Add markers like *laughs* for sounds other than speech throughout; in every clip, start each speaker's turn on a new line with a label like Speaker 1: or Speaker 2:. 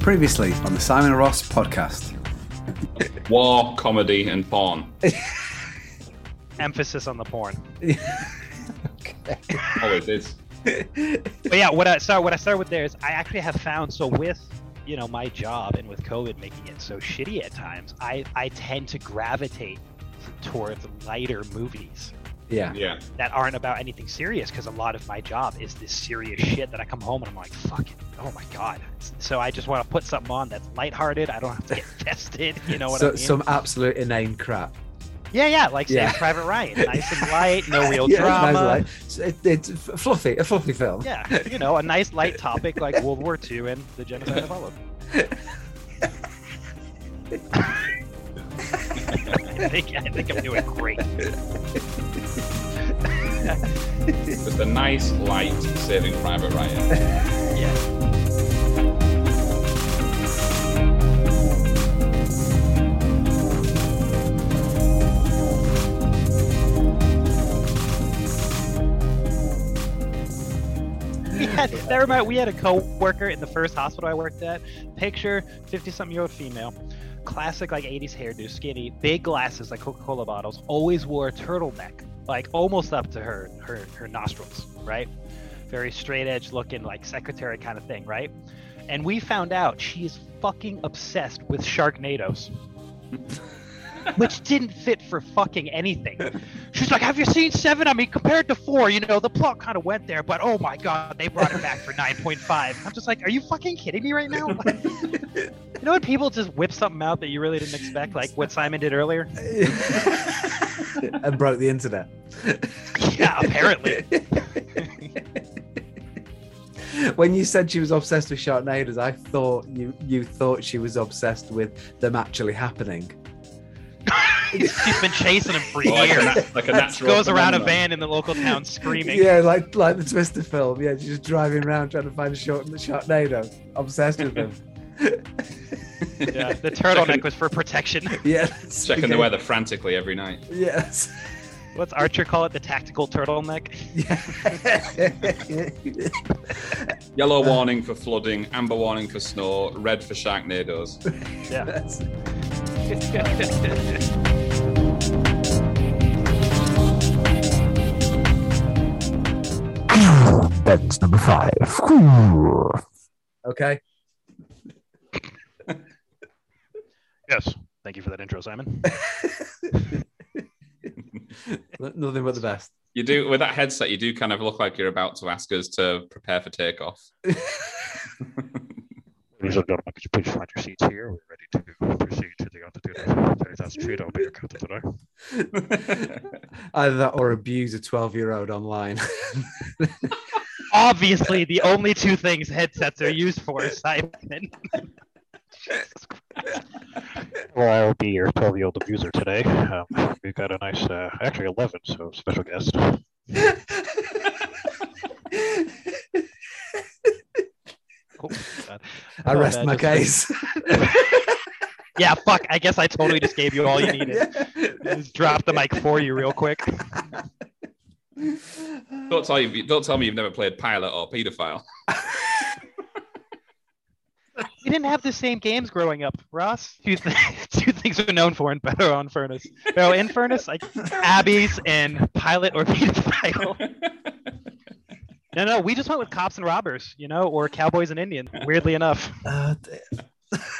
Speaker 1: Previously on the Simon Ross podcast.
Speaker 2: War, comedy, and porn.
Speaker 3: emphasis on the porn.
Speaker 2: Always Oh, is.
Speaker 3: But yeah, what I start what I start with there is I actually have found so with you know my job and with COVID making it so shitty at times, I I tend to gravitate toward lighter movies
Speaker 1: Yeah.
Speaker 2: Yeah.
Speaker 3: that aren't about anything serious because a lot of my job is this serious shit that I come home and I'm like fucking oh my god. So I just want to put something on that's lighthearted. I don't have to get *laughs* tested. You know what I
Speaker 4: so,
Speaker 3: mean?
Speaker 4: Some absolute inane crap.
Speaker 3: yeah, yeah, like Sam
Speaker 4: Yeah.
Speaker 3: Private Ryan, nice and light,
Speaker 4: *laughs*
Speaker 3: no real
Speaker 4: Yeah,
Speaker 3: drama.
Speaker 4: nice, like, it's- it- it's f- fluffy, a fluffy film.
Speaker 3: Yeah, you know, a nice light topic like World War II and the genocide of Holocaust. *laughs* I think I think I'm doing great.
Speaker 2: Just a nice, light Saving Private
Speaker 3: *laughs*
Speaker 2: Ryan.
Speaker 3: Yeah. We had, that remind, we had a co-worker in the first hospital I worked at. Picture 50-something-year-old female, classic like 80s hairdo, skinny, big glasses like Coca-Cola bottles, always wore a turtleneck, like almost up to her her, her nostrils, right? very straight edge looking like secretary kind of thing, right? And we found out she is fucking obsessed with Sharknadoes. Which didn't fit for fucking anything. She's like, "Have you seen Seven? I mean, compared to Four, you know, the plot kind of went there, but oh my god, they brought it back for nine point five. I'm just like, "Are you fucking kidding me right now?" you know when people just whip something out that you really didn't expect, like what Simon did earlier?
Speaker 4: *laughs* and broke the internet.
Speaker 3: Yeah, apparently.
Speaker 4: *laughs* When you said she was obsessed with Sharknadoes, I thought you you thought she was obsessed with them actually happening.
Speaker 3: She's been chasing him for
Speaker 2: Like a,
Speaker 3: years.
Speaker 2: na- like a natural.
Speaker 3: Goes around a
Speaker 2: phenomenon.
Speaker 3: van in the local town screaming.
Speaker 4: Yeah, like like the Twister film. Yeah, she's just driving around trying to find a shark, Sharknado, obsessed with
Speaker 3: *laughs*
Speaker 4: them.
Speaker 3: Yeah, *laughs* the
Speaker 2: Second-
Speaker 3: turtleneck was for protection. *laughs*
Speaker 4: Yeah, *laughs*
Speaker 2: Checking the weather frantically every night.
Speaker 4: Yes.
Speaker 3: What's Archer call it? The tactical turtleneck.
Speaker 4: Yeah.
Speaker 3: Uh.
Speaker 2: Yellow warning for flooding, amber warning for snow, red for sharknadoes.
Speaker 3: Yeah.
Speaker 4: That's- okay.
Speaker 3: yes. Thank you for that intro, Simon.
Speaker 4: Nothing but the best.
Speaker 2: You do with that headset. You do kind of look like you're about to ask us to prepare for
Speaker 3: *laughs*
Speaker 2: takeoff.
Speaker 5: *laughs* Ladies and gentlemen, could you please find your seats here? We're ready to proceed to the altitude of 30,000 feet. I'll be your captain today.
Speaker 4: Either that or abuse a 12 year old
Speaker 3: *laughs*
Speaker 4: online.
Speaker 3: Obviously, the only two things headsets are used *laughs* for, is Simon.
Speaker 5: Well, I'll be your 12 year old abuser today. Um, we've got a nice, uh, actually 11, so special *laughs* guest.
Speaker 3: Oh, God.
Speaker 4: I
Speaker 3: Oh,
Speaker 4: rest
Speaker 3: man,
Speaker 4: my
Speaker 3: just-
Speaker 4: case.
Speaker 3: Yeah, fuck. I guess I totally just gave you
Speaker 4: *laughs*
Speaker 3: all you needed. I
Speaker 4: needed.
Speaker 3: Just dropped the mic for you real quick.
Speaker 2: Don't tell you. Don't tell me you've never played pilot or paedophile.
Speaker 3: We didn't have the same games growing up, Ross. Two, th- *laughs* two things we're known for in Better on Furnace. No, in Furnace, like Abby's and Pilot or *laughs* Pedophile. No, no, we just went with cops and robbers, you know, or cowboys and Indians. Weirdly enough,
Speaker 4: Uh, d-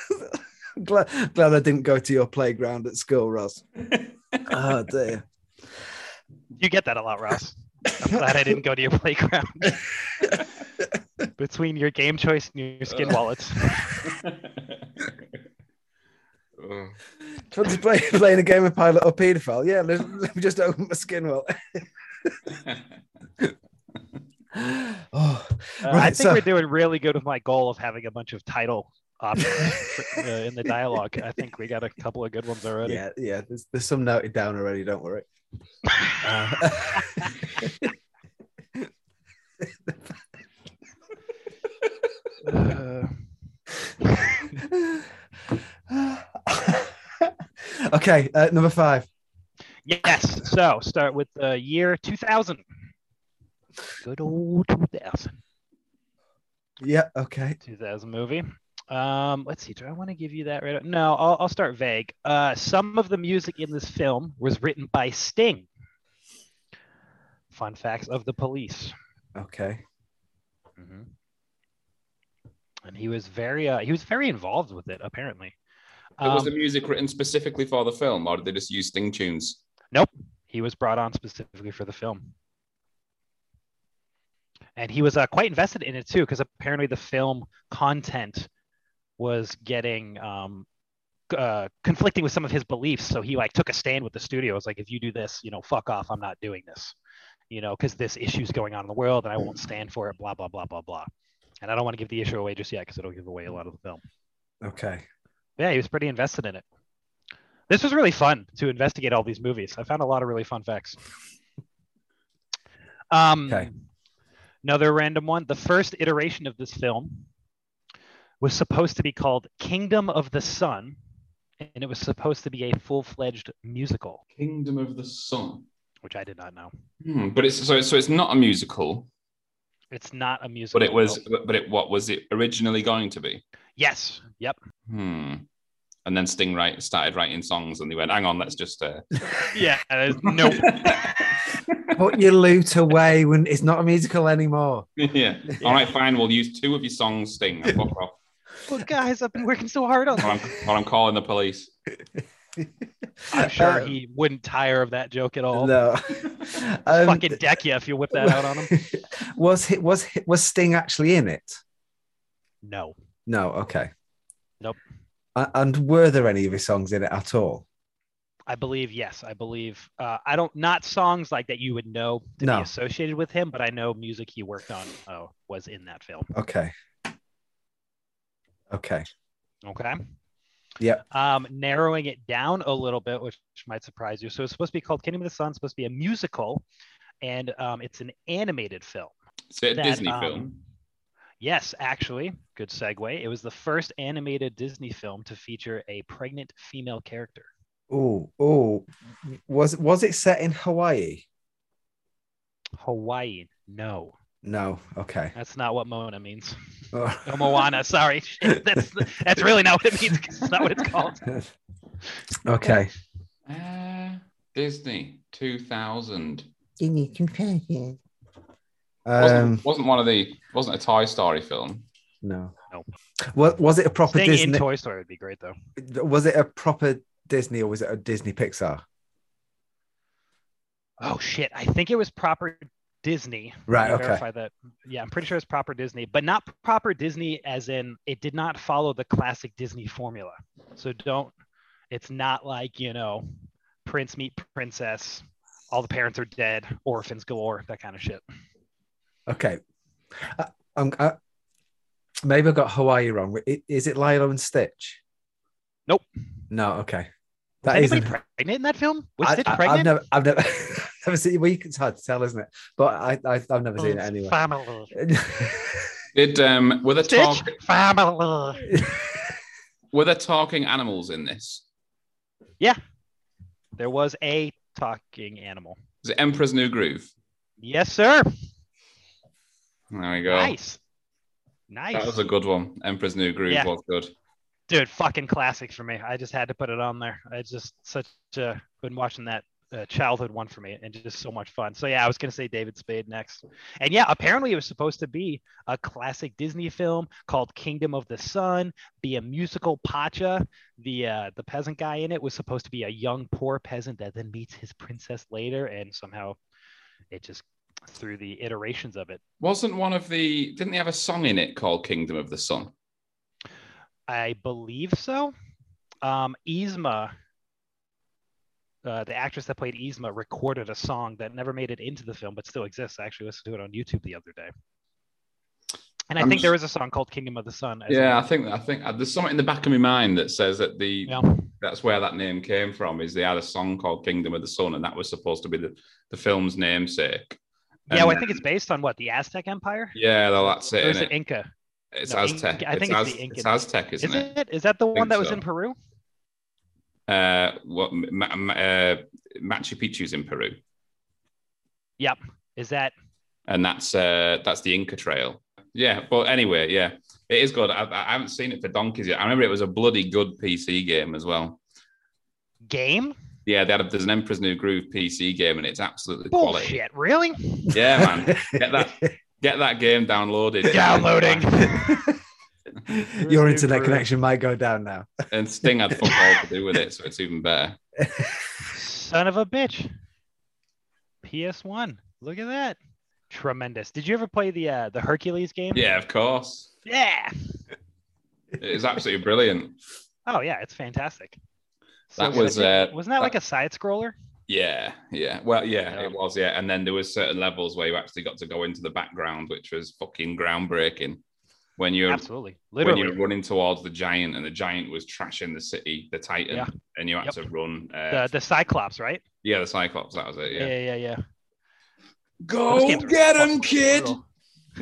Speaker 4: *laughs* glad, glad I didn't go to your playground at school, Ross. Oh, dear.
Speaker 3: you get that a lot, Ross. I'm glad I didn't go to your playground. Between your game choice and your skin wallets,
Speaker 2: *laughs*
Speaker 3: Uh,
Speaker 2: Ugh. *laughs*
Speaker 4: Want to play, playing a game of pilot or paedophile? Yeah, let, let me just open my skin well. oh,
Speaker 3: Uh, I
Speaker 4: Right,
Speaker 3: think
Speaker 4: so-
Speaker 3: we're doing really good with my goal of having a bunch of title options for- uh, in the dialogue. I think we got a couple of good ones already.
Speaker 4: yeah, yeah. There's, there's some noted down already. Don't worry. *laughs* Uh,
Speaker 3: Uh,
Speaker 4: okay, uh, number five.
Speaker 3: Yes. So start with the year 2000. Good old 2000.
Speaker 4: Yeah. Okay.
Speaker 3: 2000 movie. Um, let's see. Do I want to give you that right? No, I'll, I'll start vague. Uh, some of the music in this film was written by Sting. Fun facts of the police.
Speaker 4: Okay.
Speaker 3: And he was very uh, he was very involved with it apparently.
Speaker 2: But was
Speaker 3: Um,
Speaker 2: the music written specifically for the film, or did they just use Sting tunes?
Speaker 3: he was brought on specifically for the film and he was uh, quite invested in it too because apparently the film content was getting um, c- uh, conflicting with some of his beliefs so he like took a stand with the studio it's like if you do this you know fuck off i'm not doing this you know because this issue's going on in the world and i won't stand for it blah blah blah blah blah and i don't want to give the issue away just yet because it'll give away a lot of the film
Speaker 4: Okay.
Speaker 3: yeah, he was pretty invested in it. This was really fun to investigate all these movies. I found a lot of really fun facts. Um,
Speaker 4: Okay.
Speaker 3: Another random one. The first iteration of this film was supposed to be called Kingdom of the Sun, and it was supposed to be a full fledged musical,
Speaker 2: Kingdom of the Sun.
Speaker 3: which I did not know.
Speaker 2: Hmm, but it's so so it's not a musical,
Speaker 3: It's not a musical.
Speaker 2: but it was
Speaker 3: no.
Speaker 2: but it what was it originally going to be?
Speaker 3: Yes. Yep.
Speaker 2: Hmm. And then Sting write, started writing songs, and they went, "Hang on, let's just." Uh...
Speaker 3: Yeah. Nope.
Speaker 4: Put your loot away when it's not a musical anymore.
Speaker 2: *laughs* yeah. All right, fine. We'll use two of your songs, Sting, and fuck off.
Speaker 3: *laughs* well, guys, I've been working so hard on
Speaker 2: Or I'm, or I'm calling the police.
Speaker 3: I'm sure
Speaker 4: Um,
Speaker 3: he wouldn't tire of that joke at all.
Speaker 4: No. Um,
Speaker 3: Fucking deck you if you whip that
Speaker 4: *laughs*
Speaker 3: out on him.
Speaker 4: was he, was he, was Sting actually in it?
Speaker 3: No.
Speaker 4: No. Okay.
Speaker 3: Nope.
Speaker 4: A- And were there any of his songs in it at all?
Speaker 3: I believe yes. I believe uh, I don't not songs like that you would know to
Speaker 4: No.
Speaker 3: be associated with him, but I know music he worked on uh, was in that film.
Speaker 4: Okay. Okay.
Speaker 3: Okay.
Speaker 4: Yep.
Speaker 3: Um, narrowing it down a little bit, which might surprise you. So it's supposed to be called Kingdom of the Sun. Supposed to be a musical, and um, it's an animated film.
Speaker 2: Is it a
Speaker 3: that,
Speaker 2: Disney
Speaker 3: um,
Speaker 2: film?
Speaker 3: Yes, actually, good segue. It was the first animated Disney film to feature a pregnant female character.
Speaker 4: Oh, oh. Was was it set in Hawaii?
Speaker 3: Hawaii. No,
Speaker 4: No. Okay.
Speaker 3: that's not what Mona means. *laughs*
Speaker 4: Oh.
Speaker 3: Oh, Moana. Sorry, *laughs* Shit, that's that's really not what it means. 'cause It's not what it's called.
Speaker 4: *laughs* okay.
Speaker 2: Uh, Disney 2000.
Speaker 4: Um,
Speaker 2: wasn't, wasn't one of the wasn't a Toy Story film.
Speaker 4: no.
Speaker 3: No.
Speaker 4: What was it a proper
Speaker 3: Staying in
Speaker 4: Disney?
Speaker 3: Toy Story would be great though.
Speaker 4: was it a proper Disney or was it a Disney Pixar?
Speaker 3: Oh shit! I think it was proper Disney.
Speaker 4: Right.
Speaker 3: Let me
Speaker 4: Okay.
Speaker 3: Verify that. Yeah, I'm pretty sure it's proper Disney, but not proper Disney as in it did not follow the classic Disney formula. So don't. It's not like you know, Prince meet Princess. All the parents are dead. Orphans galore. That kind of shit.
Speaker 4: Okay. I, I'm, I, maybe I got Hawaii wrong. I- Is it Lilo and Stitch?
Speaker 3: Nope.
Speaker 4: No. Okay.
Speaker 3: Was
Speaker 4: That is
Speaker 3: anybody
Speaker 4: an-
Speaker 3: pregnant in that film? Was
Speaker 4: I-
Speaker 3: Stitch
Speaker 4: I-
Speaker 3: pregnant?
Speaker 4: I've never, I've never, *laughs* never seen. Well, you can- it's hard to tell, isn't it? But I, I I've
Speaker 3: Oh,
Speaker 4: never seen it anyway. *laughs*
Speaker 3: Family.
Speaker 2: Did um were there
Speaker 3: Stitch.
Speaker 2: talk,
Speaker 3: Family.
Speaker 2: were there talking animals in this?
Speaker 3: There was a talking animal.
Speaker 2: Is it Emperor's New Groove?
Speaker 3: Yes, sir.
Speaker 2: Oh. There we go.
Speaker 3: Nice. Nice.
Speaker 2: That was a good one. Emperor's New Groove
Speaker 3: Yeah.
Speaker 2: was good.
Speaker 3: Dude, fucking classic for me. I just had to put it on there. I just such a been watching that uh, childhood one for me and just so much fun. So yeah, I was going to say David Spade next. And yeah, apparently it was supposed to be a classic Disney film called Kingdom of the Sun, be a musical Pacha. The uh, the peasant guy in it was supposed to be a young poor peasant that then meets his princess later and somehow it just through the iterations of it
Speaker 2: Wasn't one of the didn't they have a song in it called Kingdom of the Sun?
Speaker 3: I believe so. Um, Yzma, uh, the actress that played Yzma, recorded a song that never made it into the film, but still exists. I actually listened to it on YouTube the other day. And I
Speaker 2: I'm
Speaker 3: think
Speaker 2: just-
Speaker 3: there is a song called "Kingdom of the Sun." as
Speaker 2: Yeah, I
Speaker 3: well.
Speaker 2: think I think uh, there's something in the back of my mind that says that the
Speaker 3: yeah.
Speaker 2: that's where that name came from. Is they had a song called Kingdom of the Sun, and that was supposed to be the, the film's namesake.
Speaker 3: Yeah, well,
Speaker 2: And-
Speaker 3: I think it's based on what the Aztec Empire.
Speaker 2: yeah, well, that's it.
Speaker 3: Or is
Speaker 2: Isn't
Speaker 3: it
Speaker 2: it?
Speaker 3: Inca?
Speaker 2: It's
Speaker 3: no, Ink-
Speaker 2: Aztec.
Speaker 3: I
Speaker 2: it's,
Speaker 3: think it's the
Speaker 2: Az-
Speaker 3: Incan.
Speaker 2: it's Aztec, isn't
Speaker 3: Is
Speaker 2: it?
Speaker 3: it? Is that the one
Speaker 2: think
Speaker 3: that was
Speaker 2: so.
Speaker 3: in Peru?
Speaker 2: Uh, what ma- ma- uh, Machu Picchu's in Peru,
Speaker 3: Yep. Is that
Speaker 2: and that's uh, that's the Inca Trail. Yeah, but anyway, yeah, It is good. I, I haven't seen it for donkeys yet. I remember it was a bloody good PC game as well.
Speaker 3: Game?
Speaker 2: Yeah, they had a, there's an Emperor's New Groove PC game, and it's absolutely quality.
Speaker 3: Bullshit,
Speaker 2: *laughs*
Speaker 3: really?
Speaker 2: Yeah, man. Get that, get that game downloaded.
Speaker 3: *laughs* Downloading.
Speaker 4: *laughs*
Speaker 2: *laughs*
Speaker 4: Your internet connection might go down
Speaker 3: *laughs*
Speaker 4: now.
Speaker 2: And Sting had fuck all to do with it, so it's even better.
Speaker 3: Son of a bitch. PS1. Look at that. Tremendous. Did you ever play the uh, the Hercules game?
Speaker 2: Yeah, of course.
Speaker 3: Yeah.
Speaker 2: It is absolutely brilliant.
Speaker 3: Oh yeah, it's fantastic.
Speaker 2: That was, uh,
Speaker 3: wasn't that, like a side scroller?
Speaker 2: Yeah, yeah. Well, yeah, it was. Yeah, and then there was certain levels where you actually got to go into the background, which was fucking groundbreaking. When you're
Speaker 3: Absolutely.
Speaker 2: when
Speaker 3: Literally.
Speaker 2: you're running towards the giant, and the giant was trashing the city, the Titan,
Speaker 3: Yeah.
Speaker 2: and you had
Speaker 3: Yep.
Speaker 2: to run. Uh,
Speaker 3: The the Cyclops, right?
Speaker 2: yeah, the Cyclops. That was it. Yeah.
Speaker 3: yeah, yeah. yeah. Those
Speaker 2: Go
Speaker 3: games are
Speaker 2: get him,
Speaker 3: fucking
Speaker 2: kid.
Speaker 3: brutal.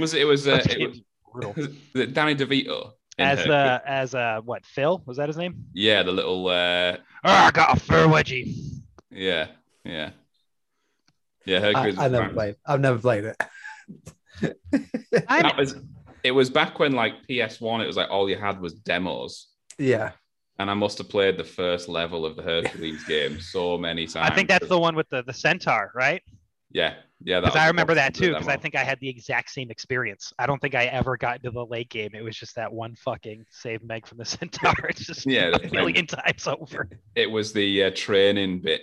Speaker 2: Was it? It was. Uh,
Speaker 3: Those
Speaker 2: it
Speaker 3: games
Speaker 2: was,
Speaker 3: are brutal.
Speaker 2: was it Danny DeVito. *laughs* in
Speaker 3: As
Speaker 2: her-
Speaker 3: the as uh what Phil was that his name?
Speaker 2: yeah, the little uh,
Speaker 3: Oh, I got a fur wedgie.
Speaker 2: yeah, yeah, yeah.
Speaker 4: I,
Speaker 2: Hercules.
Speaker 4: I
Speaker 2: was
Speaker 4: never
Speaker 2: fine.
Speaker 4: played. I've never played it.
Speaker 3: I
Speaker 2: that was it was back when like PS1, it was like all you had was demos.
Speaker 4: *laughs* Yeah.
Speaker 2: And I must have played the first level of the Hercules game so many times.
Speaker 3: I think that's the one with the the centaur, right?
Speaker 2: yeah, yeah.
Speaker 3: Because
Speaker 2: was
Speaker 3: I
Speaker 2: the
Speaker 3: remember that
Speaker 2: first
Speaker 3: too. Because I
Speaker 2: demo.
Speaker 3: think I had the exact same experience. I don't think I ever got into the late game. It was just that one fucking save Meg from the *laughs* centaur. It's just *laughs*
Speaker 2: Yeah,
Speaker 3: yeah,
Speaker 2: the
Speaker 3: a million times over.
Speaker 2: it was the uh, training bit.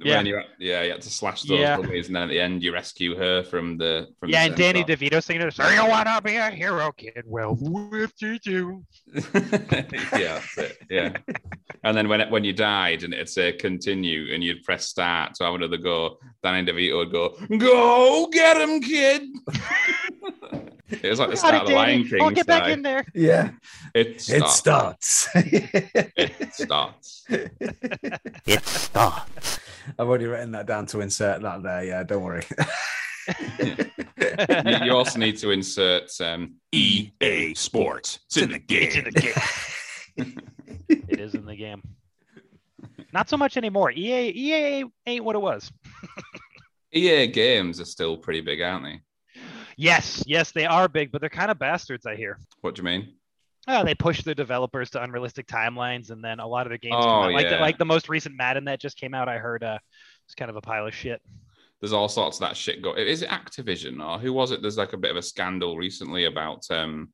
Speaker 3: Yeah.
Speaker 2: When you yeah, you had to slash those
Speaker 3: Yeah.
Speaker 2: dummies, and then at the end you rescue her from the from
Speaker 3: Yeah,
Speaker 2: the
Speaker 3: and Danny
Speaker 2: centaur.
Speaker 3: DeVito singing, "Do you wanna be a hero, kid? Well, if you do,
Speaker 2: *laughs* yeah, that's it. Yeah.
Speaker 3: *laughs*
Speaker 2: and then when it, when you died and it'd say continue and you'd press start to have another go, Danny DeVito would go, Go get him, kid. *laughs* it was like the
Speaker 3: Got
Speaker 2: start
Speaker 3: it,
Speaker 2: of the Lion
Speaker 3: Danny.
Speaker 2: King.
Speaker 3: I'll get back
Speaker 2: style. *laughs*
Speaker 3: in there." *laughs*
Speaker 4: Yeah.
Speaker 2: It
Speaker 4: It
Speaker 2: starts.
Speaker 4: starts. *laughs*
Speaker 2: It starts.
Speaker 5: It starts.
Speaker 4: I've already written that down to insert that there. Yeah, don't worry.
Speaker 2: you, you also need to insert um, EA Sports. It's in the
Speaker 3: It's in the game. it is in the game. Not so much anymore. E EA EA ain't what it was.
Speaker 2: EA E games are still pretty big, aren't they?
Speaker 3: Yes, yes, they are big, but they're kind of bastards. I hear.
Speaker 2: What do you mean?
Speaker 3: Oh, they push their developers to unrealistic timelines, and then a lot of their games. come
Speaker 2: Oh,
Speaker 3: out. Like, the,
Speaker 2: yeah.
Speaker 3: like the most recent Madden that just came out, I heard uh, it's kind of a pile of shit.
Speaker 2: There's all sorts of that shit going. Is it Activision or who was it? There's like a bit of a scandal recently about um,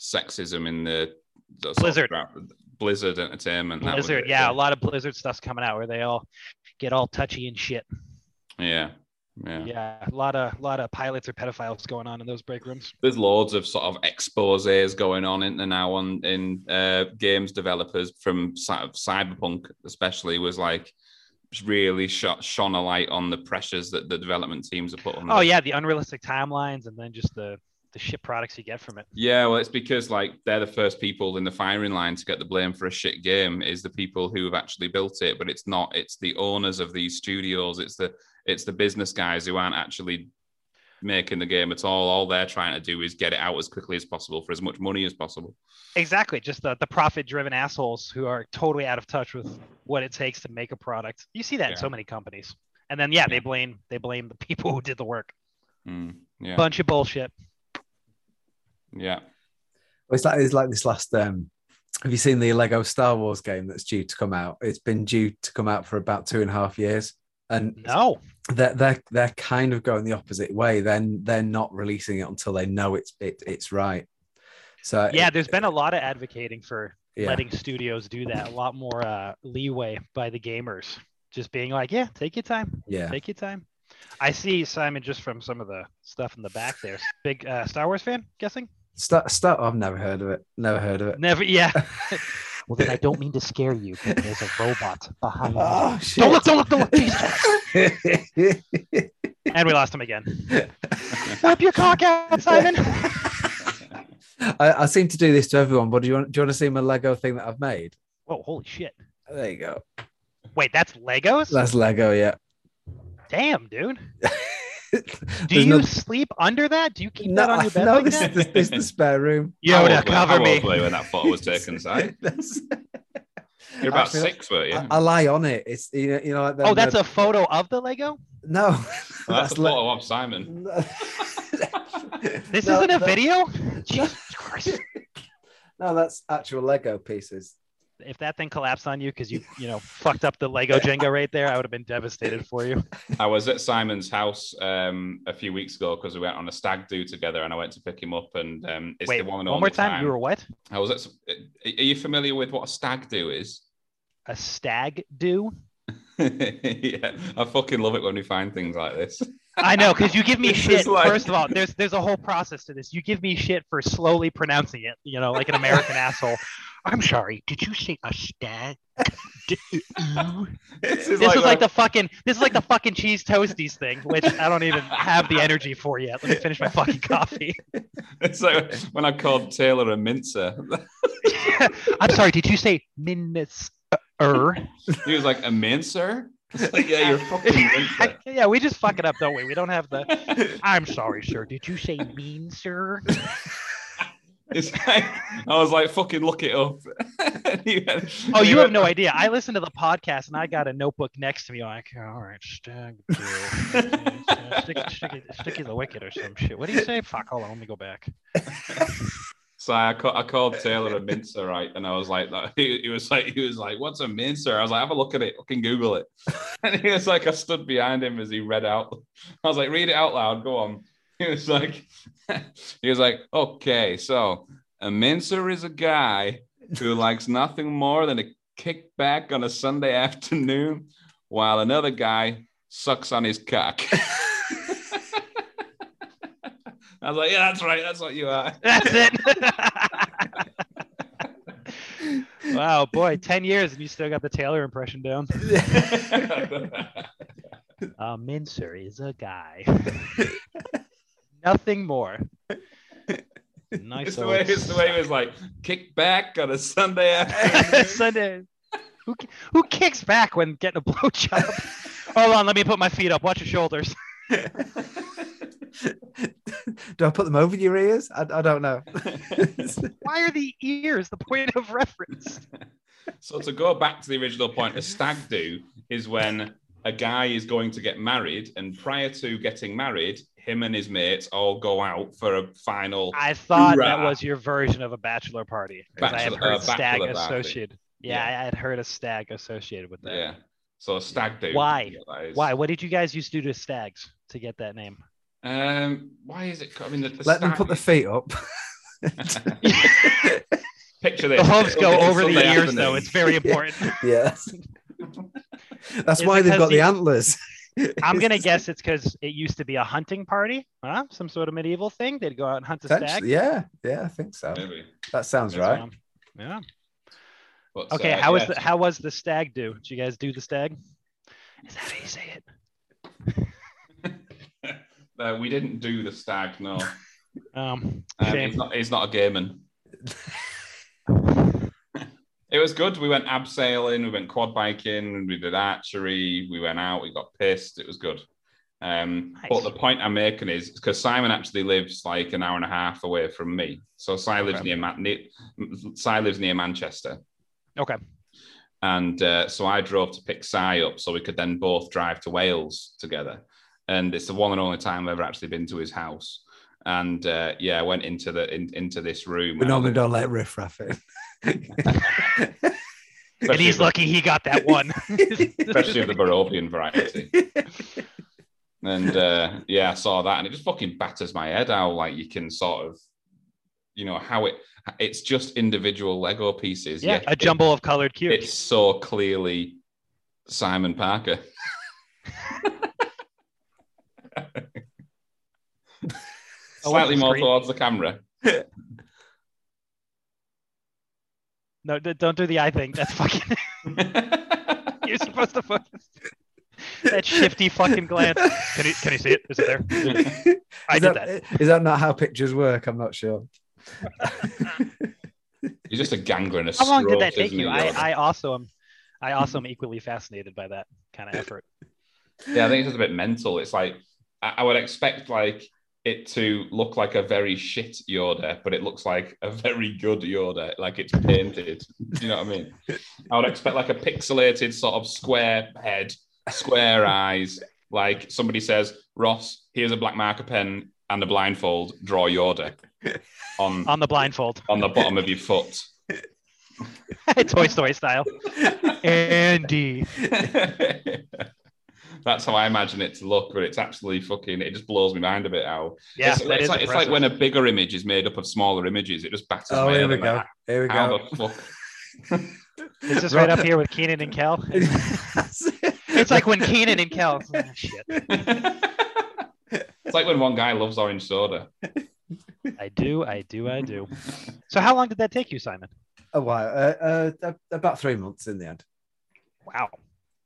Speaker 2: sexism in the, the sort of
Speaker 3: Blizzard.
Speaker 2: crap- Blizzard Entertainment. that was
Speaker 3: Blizzard,
Speaker 2: it,
Speaker 3: yeah, a lot of Blizzard stuff's coming out where they all get all touchy and shit.
Speaker 2: yeah, yeah.
Speaker 3: Yeah, a lot of lot of pilots or pedophiles going on in those break rooms.
Speaker 2: There's loads of sort of exposes going on in there now on in uh, games developers from cy- Cyberpunk, especially was like really shot shone a light on the pressures that the development teams have put on.
Speaker 3: Oh
Speaker 2: them.
Speaker 3: yeah, the unrealistic timelines, and then just the the shit products you get from it.
Speaker 2: Yeah, well, it's because like they're the first people in the firing line to get the blame for a shit game is the people who have actually built it, but it's not. It's the owners of these studios. It's the it's the business guys who aren't actually making the game at all. All they're trying to do is get it out as quickly as possible for as much money as possible.
Speaker 3: Exactly, just the the profit driven assholes who are totally out of touch with what it takes to make a product. You see that in
Speaker 2: Yeah.
Speaker 3: so many companies. And then yeah, they blame they blame the *laughs* people who did the work.
Speaker 2: Mm, yeah,
Speaker 3: Bunch of bullshit.
Speaker 2: yeah.
Speaker 4: Well, it's like it's like this last. Um, have you seen the Lego Star Wars game that's due to come out? It's been due to come out for about two and a half years, and
Speaker 3: No.
Speaker 4: they're they're, they're kind of going the opposite way. Then they're not releasing it until they know it's it, it's right. So
Speaker 3: Yeah,
Speaker 4: it-
Speaker 3: there's been a lot of advocating for
Speaker 4: yeah.
Speaker 3: letting studios do that. A lot more uh, leeway by the gamers. Just being like, yeah, take your time,
Speaker 4: yeah.
Speaker 3: take your time. I see Simon just from some of the stuff in the back there. Big uh, Star Wars fan, guessing?
Speaker 4: Star, Star, I've never heard of it. Never heard of it.
Speaker 3: Never,
Speaker 4: *laughs*
Speaker 3: yeah. well, then I don't mean to scare you, but there's a robot behind
Speaker 4: Oh
Speaker 3: Don't
Speaker 4: shit!
Speaker 3: look, don't look, don't look. Jesus. and we lost him again.
Speaker 4: *laughs*
Speaker 3: Whip your cock out,
Speaker 4: *laughs*
Speaker 3: Simon. *laughs*
Speaker 4: I, I seem to do this to everyone, but do you want do you want to see my Lego thing that I've made?
Speaker 3: Whoa, holy shit.
Speaker 4: There you go.
Speaker 3: Wait, that's Legos?
Speaker 4: That's Lego. Yeah.
Speaker 3: Damn, dude. Do
Speaker 4: *laughs* There's
Speaker 3: you
Speaker 4: no-
Speaker 3: sleep under that? Do you keep
Speaker 4: No,
Speaker 3: that on
Speaker 4: I-
Speaker 3: your
Speaker 4: *laughs*
Speaker 3: bed?
Speaker 4: no,
Speaker 3: like
Speaker 4: this,
Speaker 3: that?
Speaker 4: is the, this is the spare room.
Speaker 2: How
Speaker 3: Yoda,
Speaker 2: old were- how
Speaker 3: cover
Speaker 2: old
Speaker 3: me.
Speaker 2: were you when that photo was
Speaker 4: *laughs*
Speaker 2: taken, Si?
Speaker 4: That's-
Speaker 2: You're about
Speaker 4: Actually,
Speaker 2: six, were you?
Speaker 4: I, I lie on it. It's you know, you know like
Speaker 3: Oh, that's a photo of the Lego?
Speaker 4: no. *laughs*
Speaker 2: Well, that's, the
Speaker 4: like-
Speaker 2: photo of Simon.
Speaker 4: No.
Speaker 3: This
Speaker 4: No,
Speaker 3: isn't
Speaker 4: *laughs*
Speaker 3: a
Speaker 4: no.
Speaker 3: video? Jesus Christ.
Speaker 4: No, that's actual Lego pieces. *laughs*
Speaker 3: If that thing collapsed on you because you, you know, fucked up the Lego Jenga right there, I would have been devastated for you.
Speaker 2: I was at Simon's house um, a few weeks ago because we went on a stag do together, and I went to pick him up. And um, it's
Speaker 3: Wait,
Speaker 2: the one and
Speaker 3: one
Speaker 2: only
Speaker 3: more time. You were what?
Speaker 2: I was at. s- Are you familiar with what a stag do is? *laughs*
Speaker 3: A stag do?
Speaker 2: yeah, I fucking love it when we find things like this. *laughs*
Speaker 3: I know, because you give me
Speaker 2: This
Speaker 3: shit.
Speaker 2: is like-
Speaker 3: First of all, there's there's a whole process to this. You give me shit for slowly pronouncing it, you know, like an American *laughs* asshole.
Speaker 5: I'm sorry. Did you say a stag?
Speaker 2: This
Speaker 3: This is like the fucking this is like the fucking cheese toasties thing, which I don't even have the energy for yet. Let me finish my fucking coffee.
Speaker 2: *laughs* It's like when I called Taylor a mincer, *laughs*
Speaker 3: I'm sorry, did you say minister?
Speaker 2: he was like, "A mincer." *laughs* It's like, yeah, you're a fucking mincer. *laughs*
Speaker 3: yeah, we just fuck it up, don't we? We don't have the
Speaker 5: I'm sorry, sir. Did you say mean, sir?
Speaker 2: It's like, I was like, "Fucking look it up." *laughs* And he went-
Speaker 3: Oh,
Speaker 2: he
Speaker 3: you have
Speaker 2: went-
Speaker 3: no idea. I listened to the podcast and I got a notebook next to me. Like, all right, stag do. stick, stick, sticky the wicket or some shit. What do you say? Fuck, hold on, let me go back.
Speaker 2: So I, ca- I called Taylor a mincer, right? And I was like, like- he, he was like, he was like, "What's a mincer?" I was like, "Have a look at it. Fucking Google it." *laughs* And he was like, I stood behind him as he read out. I was like, "Read it out loud. Go on." *laughs* He was like, *laughs* he was like, "Okay, so a mincer is a guy who likes nothing more than a kickback on a Sunday afternoon, while another guy sucks on his cock." *laughs* I was like, "Yeah, that's right. That's what you are."
Speaker 3: That's it. *laughs* wow, boy, ten years and you still got the Taylor impression down.
Speaker 2: *laughs*
Speaker 3: Uh, Mincer is a guy.
Speaker 5: *laughs*
Speaker 3: Nothing more. Nice.
Speaker 2: it's the
Speaker 3: old
Speaker 2: way it's the way it was like kick back on a Sunday *laughs*
Speaker 3: *laughs*
Speaker 2: afternoon.
Speaker 3: Sunday. Who, ki- who kicks back when getting a blowjob?
Speaker 2: *laughs*
Speaker 3: Hold on, let me put my feet up. Watch your shoulders.
Speaker 4: Do I put them over your ears? I, I don't
Speaker 2: *laughs*
Speaker 4: know.
Speaker 3: Why are the ears the point of reference?
Speaker 2: so to go back to the original point, a stag do is when a guy is going to get married, and prior to getting married, him and his mates all go out for a final.
Speaker 3: I thought that
Speaker 2: Hoorah.
Speaker 3: was your version of a bachelor party. 'cause I had
Speaker 2: Bachelor-
Speaker 3: heard
Speaker 2: uh,
Speaker 3: stag
Speaker 2: bachelor party.
Speaker 3: associated. Yeah, I had heard a stag associated with that.
Speaker 2: yeah. So a stag do.
Speaker 3: Why?
Speaker 2: yeah, that is.
Speaker 3: Why? What did you guys used to do to stags to get that name?
Speaker 2: Um, why is it? I mean, the, the
Speaker 4: Let them
Speaker 2: stag-
Speaker 4: put their feet up.
Speaker 2: *laughs* picture
Speaker 3: The
Speaker 2: this.
Speaker 3: hooves
Speaker 2: It's
Speaker 3: go
Speaker 2: a
Speaker 3: over the
Speaker 2: Sunday
Speaker 3: ears, though.
Speaker 2: afternoon.
Speaker 3: It's very *laughs* important.
Speaker 4: Yeah. That's
Speaker 3: It's
Speaker 4: why they've
Speaker 3: because
Speaker 4: got the
Speaker 3: the-
Speaker 4: antlers. *laughs*
Speaker 3: I'm gonna guess it's because it used to be a hunting party, huh? Some sort of medieval thing. They'd go out and hunt a
Speaker 4: Potentially-
Speaker 3: stag.
Speaker 4: Yeah, yeah, I think so.
Speaker 2: Maybe.
Speaker 4: That sounds
Speaker 2: That's
Speaker 4: right.
Speaker 3: Um, yeah.
Speaker 2: But,
Speaker 3: Okay,
Speaker 2: uh,
Speaker 3: how was
Speaker 2: yeah,
Speaker 3: the how was the stag do? Did you guys do the stag? Is that how you say it?
Speaker 2: Uh, we didn't do the stag, no.
Speaker 3: Um,
Speaker 2: Um,
Speaker 3: shame.
Speaker 2: he's, not, he's not a gay
Speaker 3: *laughs*
Speaker 2: man. it was good. We went abseiling, we went quad biking, we did archery, we went out, we got pissed. It was good. Um,
Speaker 3: Nice.
Speaker 2: But the point I'm making is because Simon actually lives like an hour and a half away from me. So Si lives
Speaker 3: Okay.
Speaker 2: near Man- near, Si lives near Manchester,
Speaker 3: okay.
Speaker 2: and uh, so I drove to pick Si up so we could then both drive to Wales together. And it's the one and only time I've ever actually been to his house. And uh, yeah, I went into the in, into this room.
Speaker 4: We
Speaker 2: and I was
Speaker 4: normally don't let riff raff in.
Speaker 3: And
Speaker 2: Especially
Speaker 3: he's
Speaker 2: the-
Speaker 3: lucky he got that *laughs* one.
Speaker 2: especially of the Barovian variety. And uh, yeah, I saw that, and it just fucking batters my head how like you can sort of, you know, how it it's just individual Lego pieces.
Speaker 3: *laughs* yeah,
Speaker 2: yet
Speaker 3: a
Speaker 2: it-
Speaker 3: jumble of colored
Speaker 2: it's
Speaker 3: cubes.
Speaker 2: so clearly Simon
Speaker 3: *laughs*
Speaker 2: Parker.
Speaker 3: Oh, what's
Speaker 2: Slightly
Speaker 3: the
Speaker 2: more
Speaker 3: screen?
Speaker 2: towards the camera. *laughs*
Speaker 3: No, d- don't do the eye thing. That's fucking. *laughs* You're supposed to focus.
Speaker 4: *laughs*
Speaker 3: That shifty fucking *laughs* glance. Can you can you see it? Is it there? I
Speaker 4: is
Speaker 3: did that.
Speaker 4: that, Is that not how pictures work? I'm not sure.
Speaker 2: He's just a gangrenous.
Speaker 3: How long did that
Speaker 2: scrote,
Speaker 3: take
Speaker 2: isn't
Speaker 3: you?
Speaker 2: he, Jordan?
Speaker 3: I, I also am. I also am equally fascinated by that kind of effort.
Speaker 2: yeah, I think it's just a bit mental. It's like I, I would expect like it to look like a very shit Yoda, but it looks like a very good Yoda, like it's painted. Do you know what I mean? I would expect like a pixelated sort of square head, square eyes. Like somebody says, Ross, here's a black marker pen and a blindfold. Draw Yoda. on
Speaker 3: on the blindfold, *laughs*
Speaker 2: on the bottom of your foot. *laughs*
Speaker 3: Toy Story style. Andy,
Speaker 2: That's how I imagine it to look, but it's absolutely fucking. It just blows my mind a bit how.
Speaker 3: yeah,
Speaker 2: it's,
Speaker 3: that
Speaker 2: it's
Speaker 3: is
Speaker 2: like, it's like
Speaker 3: impressive.
Speaker 2: when a bigger image is made up of smaller images. It just batters
Speaker 4: Oh,
Speaker 2: my
Speaker 4: here
Speaker 2: head.
Speaker 4: we
Speaker 2: I'm
Speaker 4: go.
Speaker 2: like,
Speaker 4: Here we
Speaker 2: How
Speaker 4: go.
Speaker 2: the fuck?
Speaker 3: It's just right up here with Keenan and Kel. It's *laughs*
Speaker 4: it's
Speaker 3: like when Keenan and
Speaker 2: *laughs*
Speaker 3: Kel. *laughs* Ah, shit,
Speaker 2: it's like when one guy loves orange soda.
Speaker 3: I do, I do, I do. So how long did that take you, Simon?
Speaker 4: a while, uh, uh, about three months in the end.
Speaker 3: Wow.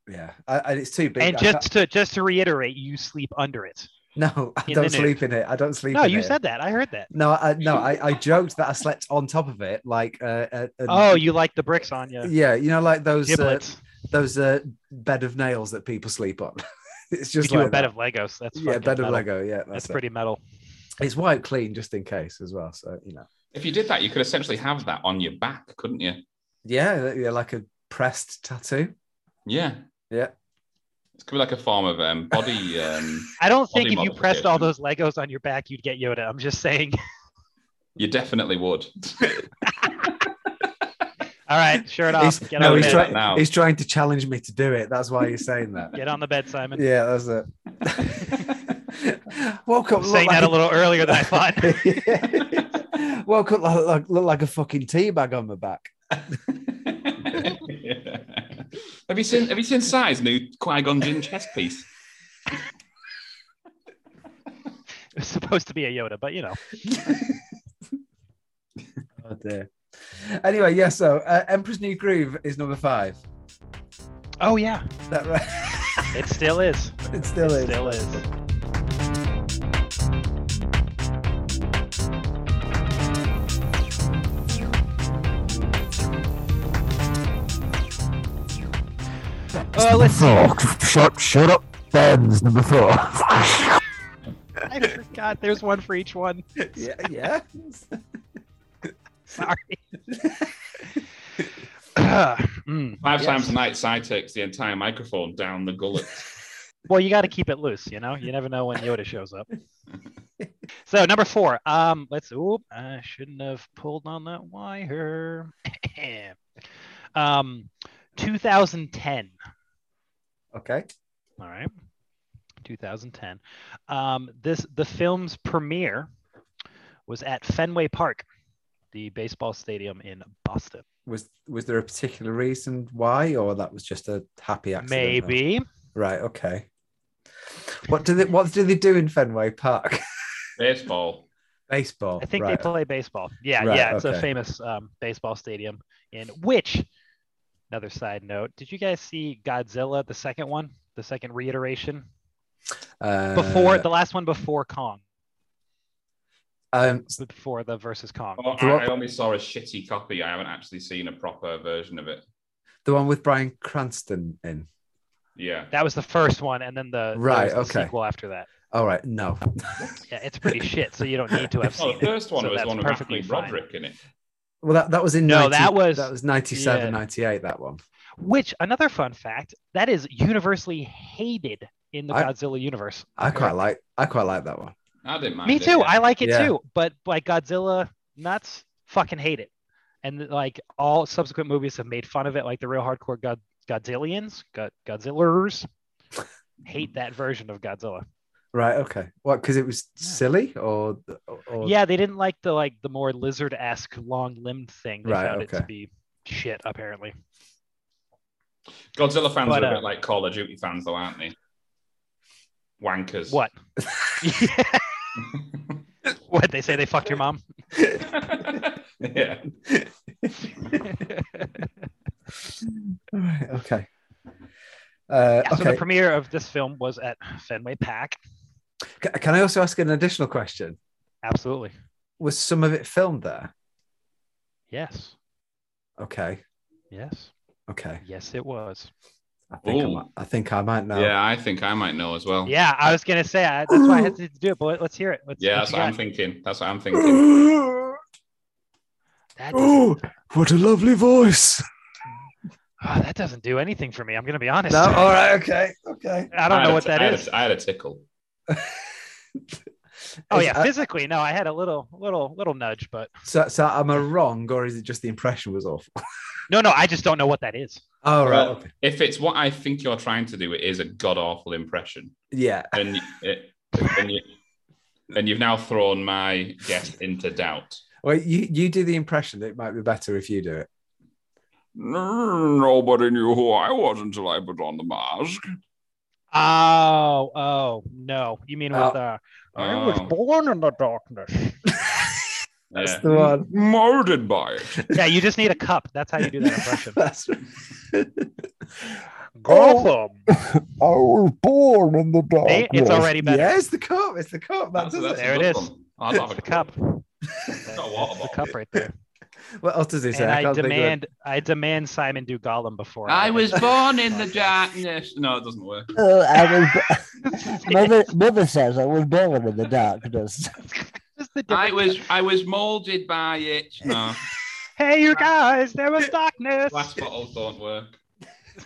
Speaker 4: Yeah, I, I, it's too big.
Speaker 3: And
Speaker 4: I can't- *laughs*
Speaker 3: just to just to reiterate, you sleep under it.
Speaker 4: no, I
Speaker 3: in the
Speaker 4: don't
Speaker 3: nude.
Speaker 4: sleep in it. I don't sleep.
Speaker 3: No,
Speaker 4: in
Speaker 3: you
Speaker 4: it.
Speaker 3: said that. I heard that.
Speaker 4: no. I, no, I, I joked that I slept on top of it, like uh, uh, uh,
Speaker 3: Oh, you like the bricks on you.
Speaker 4: yeah, you know, like those uh,
Speaker 3: Giblets.
Speaker 4: those uh, bed of nails that people sleep on. *laughs* it's
Speaker 3: We
Speaker 4: just
Speaker 3: do
Speaker 4: like
Speaker 3: a bed
Speaker 4: that.
Speaker 3: of Legos. That's
Speaker 4: yeah,
Speaker 3: fucking
Speaker 4: bed of
Speaker 3: metal.
Speaker 4: Lego. Yeah,
Speaker 3: That's
Speaker 4: that's, it.
Speaker 3: pretty metal.
Speaker 4: It's wiped clean just in case as well. So you know,
Speaker 2: If you did that, you could essentially have that on your back, couldn't you?
Speaker 4: yeah, yeah, like a pressed tattoo.
Speaker 2: Yeah.
Speaker 4: Yeah.
Speaker 2: It could be like a form of um, body. Um,
Speaker 3: I don't
Speaker 2: Body
Speaker 3: think if you pressed all
Speaker 2: modification.
Speaker 3: those Legos on your back, you'd get Yoda. I'm just saying. *laughs*
Speaker 2: you definitely would. *laughs*
Speaker 3: All right, shirt off.
Speaker 4: He's-
Speaker 3: Get
Speaker 4: no,
Speaker 3: on the
Speaker 4: he's,
Speaker 3: bed.
Speaker 2: trying-
Speaker 4: try-
Speaker 2: Now.
Speaker 4: he's trying to challenge me to do it. That's why you're saying that.
Speaker 3: Get on the
Speaker 4: *laughs*
Speaker 3: bed, Simon.
Speaker 4: yeah, that's it. *laughs* Woke up
Speaker 3: I'm
Speaker 4: looked
Speaker 3: saying that
Speaker 4: like
Speaker 3: a little earlier than I thought.
Speaker 4: *laughs*
Speaker 3: *laughs*
Speaker 4: Woke up like, *laughs* like, look like a fucking tea bag on my back.
Speaker 2: Have you seen Have you seen Sai's new Qui Gon Jinn chess piece?
Speaker 3: It was supposed to be a Yoda, but you know.
Speaker 4: Oh dear. Anyway, yeah. So uh, Emperor's New Groove is number five.
Speaker 3: Oh yeah,
Speaker 4: That right? *laughs*
Speaker 3: it still is.
Speaker 4: it still
Speaker 3: it
Speaker 4: is.
Speaker 3: still is. Uh, let's see.
Speaker 4: Oh, Shut, shut up, Ben's number
Speaker 3: *laughs*
Speaker 4: four.
Speaker 3: I forgot. There's one for each one.
Speaker 4: yeah, yeah.
Speaker 3: Sorry. *clears throat* Mm.
Speaker 2: Five
Speaker 4: Yes.
Speaker 2: times a night, Sai takes the entire microphone down the gullet.
Speaker 3: Well, you got to keep it loose, you know. You never know when Yoda shows up. so number four. Um, let's. Oop, I shouldn't have pulled on that wire. *laughs* um, 2010.
Speaker 4: Okay.
Speaker 3: All right. 2010. Um, this the film's premiere was at Fenway Park, the baseball stadium in Boston.
Speaker 4: Was was there a particular reason why, or that was just a happy accident?
Speaker 3: Maybe.
Speaker 4: Right. Okay. What do they What do they do in Fenway Park?
Speaker 2: Baseball.
Speaker 4: Baseball.
Speaker 3: I think
Speaker 4: Oh, right.
Speaker 3: they play baseball. Yeah,
Speaker 4: Right,
Speaker 3: yeah, it's
Speaker 4: okay.
Speaker 3: a famous um, baseball stadium. In which, another side note, did you guys see Godzilla, the second one, the second reiteration
Speaker 4: uh,
Speaker 3: before the last one before Kong,
Speaker 4: Um,
Speaker 3: before the versus Kong?
Speaker 2: Oh, I, I only saw a shitty copy. I haven't actually seen a proper version of it.
Speaker 4: the one with Brian Cranston in.
Speaker 2: Yeah.
Speaker 3: That was the first one, and then the there
Speaker 4: Right,
Speaker 3: was the
Speaker 4: okay.
Speaker 3: sequel after that.
Speaker 4: All right. No.
Speaker 3: Yeah, it's pretty shit. So you don't need
Speaker 2: *laughs*
Speaker 3: to have
Speaker 2: Oh,
Speaker 3: seen
Speaker 2: the
Speaker 3: it.
Speaker 2: first one
Speaker 3: So
Speaker 2: was
Speaker 3: that's
Speaker 2: one with
Speaker 3: perfectly
Speaker 2: Matthew
Speaker 3: fine.
Speaker 2: Broderick in it.
Speaker 4: Well, that, that was in
Speaker 3: No, that was-
Speaker 4: that was 97,
Speaker 3: yeah.
Speaker 4: 98, That one.
Speaker 3: Which another fun fact that is universally hated in the
Speaker 4: I-
Speaker 3: Godzilla universe.
Speaker 4: I quite like. I quite like that one.
Speaker 2: I didn't mind.
Speaker 3: Me
Speaker 2: it,
Speaker 3: too.
Speaker 2: yeah.
Speaker 3: I like it
Speaker 4: Yeah.
Speaker 3: too. But like Godzilla nuts fucking hate it. And like all subsequent movies have made fun of it, like the real hardcore God Godzillians, God Godzillers hate that version of Godzilla.
Speaker 4: Right. Okay. What? Because it was silly, or, or
Speaker 3: Yeah, they didn't like the like the more lizard-esque long-limbed thing. They
Speaker 4: Right,
Speaker 3: found it to
Speaker 4: okay.
Speaker 3: be shit, apparently.
Speaker 2: Godzilla fans
Speaker 3: But,
Speaker 2: are a
Speaker 3: uh,
Speaker 2: bit like Call of Duty fans, though, aren't they? Wankers.
Speaker 4: *laughs*
Speaker 3: What? *laughs* what they say they fucked
Speaker 4: *laughs*
Speaker 3: your mom?
Speaker 2: *laughs* yeah.
Speaker 4: All right. Okay. Uh,
Speaker 3: Yeah, So
Speaker 4: okay.
Speaker 3: the premiere of this film was at Fenway Pack.
Speaker 4: Ca- Can I also ask an additional question?
Speaker 3: Absolutely.
Speaker 4: Was some of it filmed there?
Speaker 3: Yes.
Speaker 4: Okay.
Speaker 3: Yes.
Speaker 4: Okay.
Speaker 3: Yes, it was.
Speaker 4: I think I,
Speaker 2: Ooh.
Speaker 4: might, I think I might know.
Speaker 2: Yeah, I think I might know as well.
Speaker 3: Yeah, I was gonna say I, that's why I had to do it, but let- let's hear it. Let's,
Speaker 2: Yeah,
Speaker 3: what
Speaker 2: that's
Speaker 3: you
Speaker 2: what I'm
Speaker 3: got?
Speaker 2: thinking. That's what I'm thinking.
Speaker 4: Ooh,
Speaker 3: that doesn't,
Speaker 4: *gasps* what a lovely voice.
Speaker 3: oh, that doesn't do anything for me. I'm gonna be honest.
Speaker 4: No, all right, okay, okay.
Speaker 3: *clears throat* I don't
Speaker 2: had
Speaker 3: know
Speaker 2: a
Speaker 3: what
Speaker 2: t-
Speaker 3: that
Speaker 2: I had
Speaker 3: is.
Speaker 2: a- I had a tickle.
Speaker 3: Oh
Speaker 4: Is-
Speaker 3: yeah,
Speaker 4: uh,
Speaker 3: physically, no, I had a little, little, little nudge, but
Speaker 4: so, so am I wrong, or is it just the impression was awful? *laughs*
Speaker 3: no, no, I just don't know what that is.
Speaker 4: Oh right,
Speaker 2: Well-
Speaker 4: okay.
Speaker 2: If it's what I think you're trying to do, it is a god awful impression,
Speaker 4: yeah.
Speaker 2: and it, and, you, and you've now thrown my guest into doubt.
Speaker 4: Well, you you do the impression. It might be better if you do it.
Speaker 2: Nobody knew who I was until I put on the mask.
Speaker 3: Oh, oh no, you mean with
Speaker 4: Oh.
Speaker 3: uh,
Speaker 2: I was Oh.
Speaker 3: born in the darkness.
Speaker 4: That's the one.
Speaker 2: Molded by it.
Speaker 3: yeah, you just need a cup. That's how you do that impression.
Speaker 4: *laughs* That's
Speaker 3: Gotham.
Speaker 4: I was born in the dark.
Speaker 3: See, it's already better.
Speaker 4: Yeah, it's the cup. It's the cup. That does it.
Speaker 3: There it
Speaker 2: a good
Speaker 3: is.
Speaker 2: one. I'll have
Speaker 3: It's
Speaker 2: a
Speaker 3: *laughs* the cup.
Speaker 2: Got a
Speaker 3: That's
Speaker 2: water
Speaker 3: the
Speaker 2: bottle.
Speaker 3: cup right there.
Speaker 4: What else does he say?
Speaker 3: And I
Speaker 4: can't think of it.
Speaker 3: demand, I demand Simon do Gollum before.
Speaker 2: I
Speaker 3: *laughs*
Speaker 2: was born in the *laughs*
Speaker 3: Podcast.
Speaker 2: darkness. No, it doesn't work.
Speaker 6: Oh, I was, *laughs* mother, mother says I was born in the darkness.
Speaker 3: Just the
Speaker 2: I
Speaker 3: different-
Speaker 2: was I was molded by it.
Speaker 3: *laughs*
Speaker 2: No,
Speaker 3: Hey, you guys, there was darkness.
Speaker 2: glass bottles don't work.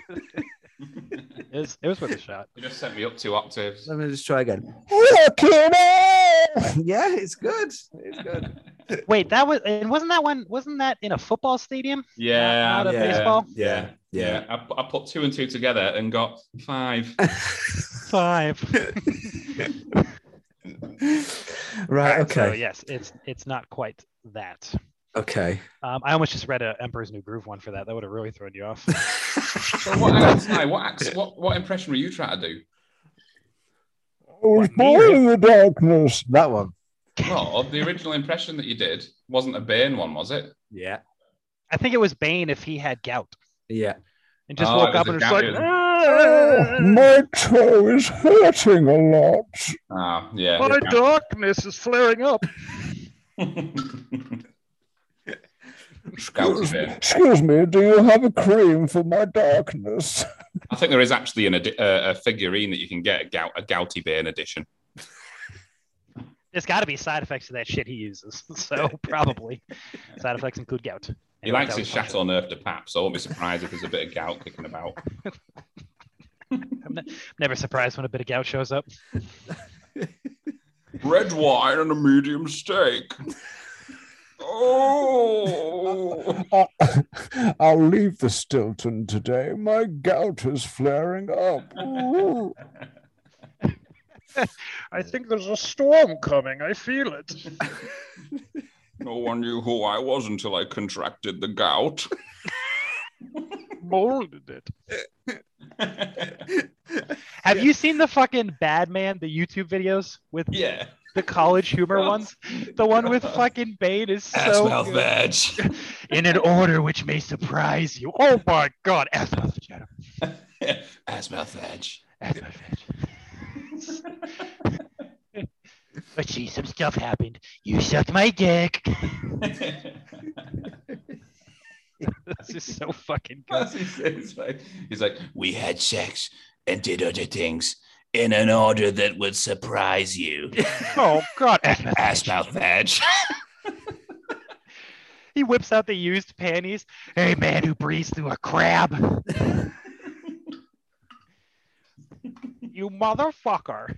Speaker 3: It was, it was worth a shot.
Speaker 2: You just sent me up two octaves.
Speaker 4: Let me just try again. *laughs*
Speaker 6: Look at it!
Speaker 4: Yeah, it's good. It's good.
Speaker 3: Wait, that was and wasn't that one? Wasn't that in a football stadium?
Speaker 2: Yeah,
Speaker 3: *laughs* Out
Speaker 4: of
Speaker 2: yeah,
Speaker 3: baseball?
Speaker 2: yeah, yeah. I, pu- I put two and two together and got five.
Speaker 3: Five.
Speaker 4: *laughs* right.
Speaker 3: So
Speaker 4: Okay.
Speaker 3: yes, it's it's not quite that.
Speaker 4: Okay.
Speaker 3: Um, I almost just read a Emperor's New Groove one for that. That would have really thrown you off.
Speaker 2: So what, hang on, Si, what, *laughs* acts- what what impression were you trying to do?
Speaker 6: I was
Speaker 3: What, me?
Speaker 6: born in the darkness.
Speaker 4: That one.
Speaker 2: Well, the original impression that you did wasn't a Bane one, was it?
Speaker 4: *laughs* Yeah.
Speaker 3: I think it was Bane if he had gout
Speaker 4: Yeah.
Speaker 3: and just
Speaker 2: Oh, it
Speaker 3: woke up
Speaker 2: was
Speaker 3: and
Speaker 2: a
Speaker 3: was
Speaker 2: gout,
Speaker 3: like, "Ah!"
Speaker 2: it was
Speaker 6: Oh, my toe is hurting a lot.
Speaker 2: Ah, yeah.
Speaker 3: "My darkness is flaring up."
Speaker 2: *laughs* Scouts of it.
Speaker 6: Excuse me, do you have a cream for my *laughs* darkness?
Speaker 2: I think there is actually an edi- uh, a figurine that you can get a, gout, a gouty Bane edition.
Speaker 3: There's got to be side effects to that shit he uses. *laughs* So probably side effects include gout.
Speaker 2: He likes his Chateau Neuf de Pap, so I won't be surprised if there's a bit of gout kicking about.
Speaker 3: I'm ne- never surprised when a bit of gout shows up.
Speaker 2: Red wine and a medium steak. Oh,
Speaker 6: I, I'll leave the Stilton today. My gout is flaring up. Ooh.
Speaker 3: *laughs* I think there's a storm coming. I feel it.
Speaker 2: no one knew who I was until I contracted the gout.
Speaker 3: Molded it.
Speaker 2: *laughs* yeah.
Speaker 3: Have you seen the fucking Bad Man, the YouTube videos with the college humor
Speaker 2: God.
Speaker 3: ones? The one with fucking Bane is so
Speaker 2: Ass mouth
Speaker 3: good.
Speaker 2: veg.
Speaker 3: in an order which may surprise you. Oh my god, ass mouth vagina. *laughs*
Speaker 2: *laughs* Ass mouth veg. *laughs*
Speaker 3: Ass mouth vag. But see, some stuff happened. You sucked my dick. *laughs* This is so fucking
Speaker 2: *laughs*
Speaker 3: good.
Speaker 2: he's, like, he's like, *laughs* we had sex and did other things in an order that would surprise you.
Speaker 3: Oh god, ass mouth
Speaker 2: Ass mouth veg.
Speaker 3: He whips out the used panties. Hey, man who breathes through a *laughs* crab. you motherfucker.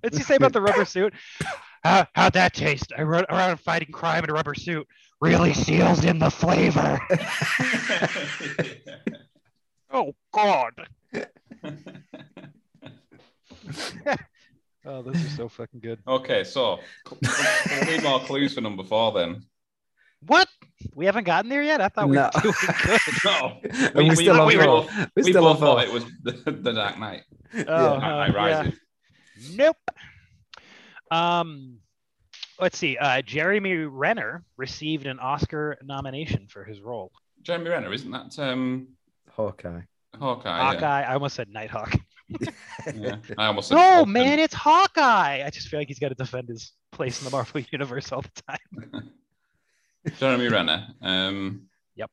Speaker 3: What's he say about the rubber suit? How, how'd that taste? I run around fighting crime in a rubber suit. Really seals in the flavor. Oh, God. oh, this is so fucking good.
Speaker 2: okay, so we need more clues for number four then.
Speaker 3: What? We haven't gotten there yet? I thought *laughs* we
Speaker 4: No.
Speaker 3: were doing good.
Speaker 2: *laughs* No,
Speaker 4: And *laughs*
Speaker 2: we-
Speaker 4: we're
Speaker 2: we-
Speaker 4: still on
Speaker 2: we were
Speaker 4: four.
Speaker 2: all-
Speaker 4: We're
Speaker 2: we
Speaker 4: still on
Speaker 2: both thought
Speaker 4: four.
Speaker 2: it was the, the Dark Knight.
Speaker 3: Oh,
Speaker 2: Dark
Speaker 3: uh,
Speaker 2: Knight
Speaker 3: yeah.
Speaker 2: Rises.
Speaker 3: Nope. Um, let's see. Uh, Jeremy Renner received an Oscar nomination for his role.
Speaker 2: Jeremy Renner, isn't that um,
Speaker 4: Hawkeye. uh,
Speaker 2: Hawkeye? yeah?
Speaker 3: Hawkeye. I almost said
Speaker 4: *laughs*
Speaker 3: Nighthawk.
Speaker 2: Yeah. I almost said
Speaker 3: No,
Speaker 2: Hawkman.
Speaker 3: Oh, man, it's Hawkeye. I just feel like he's got to defend his place in the Marvel *laughs* universe all the time.
Speaker 2: Jeremy Renner. Um,
Speaker 3: They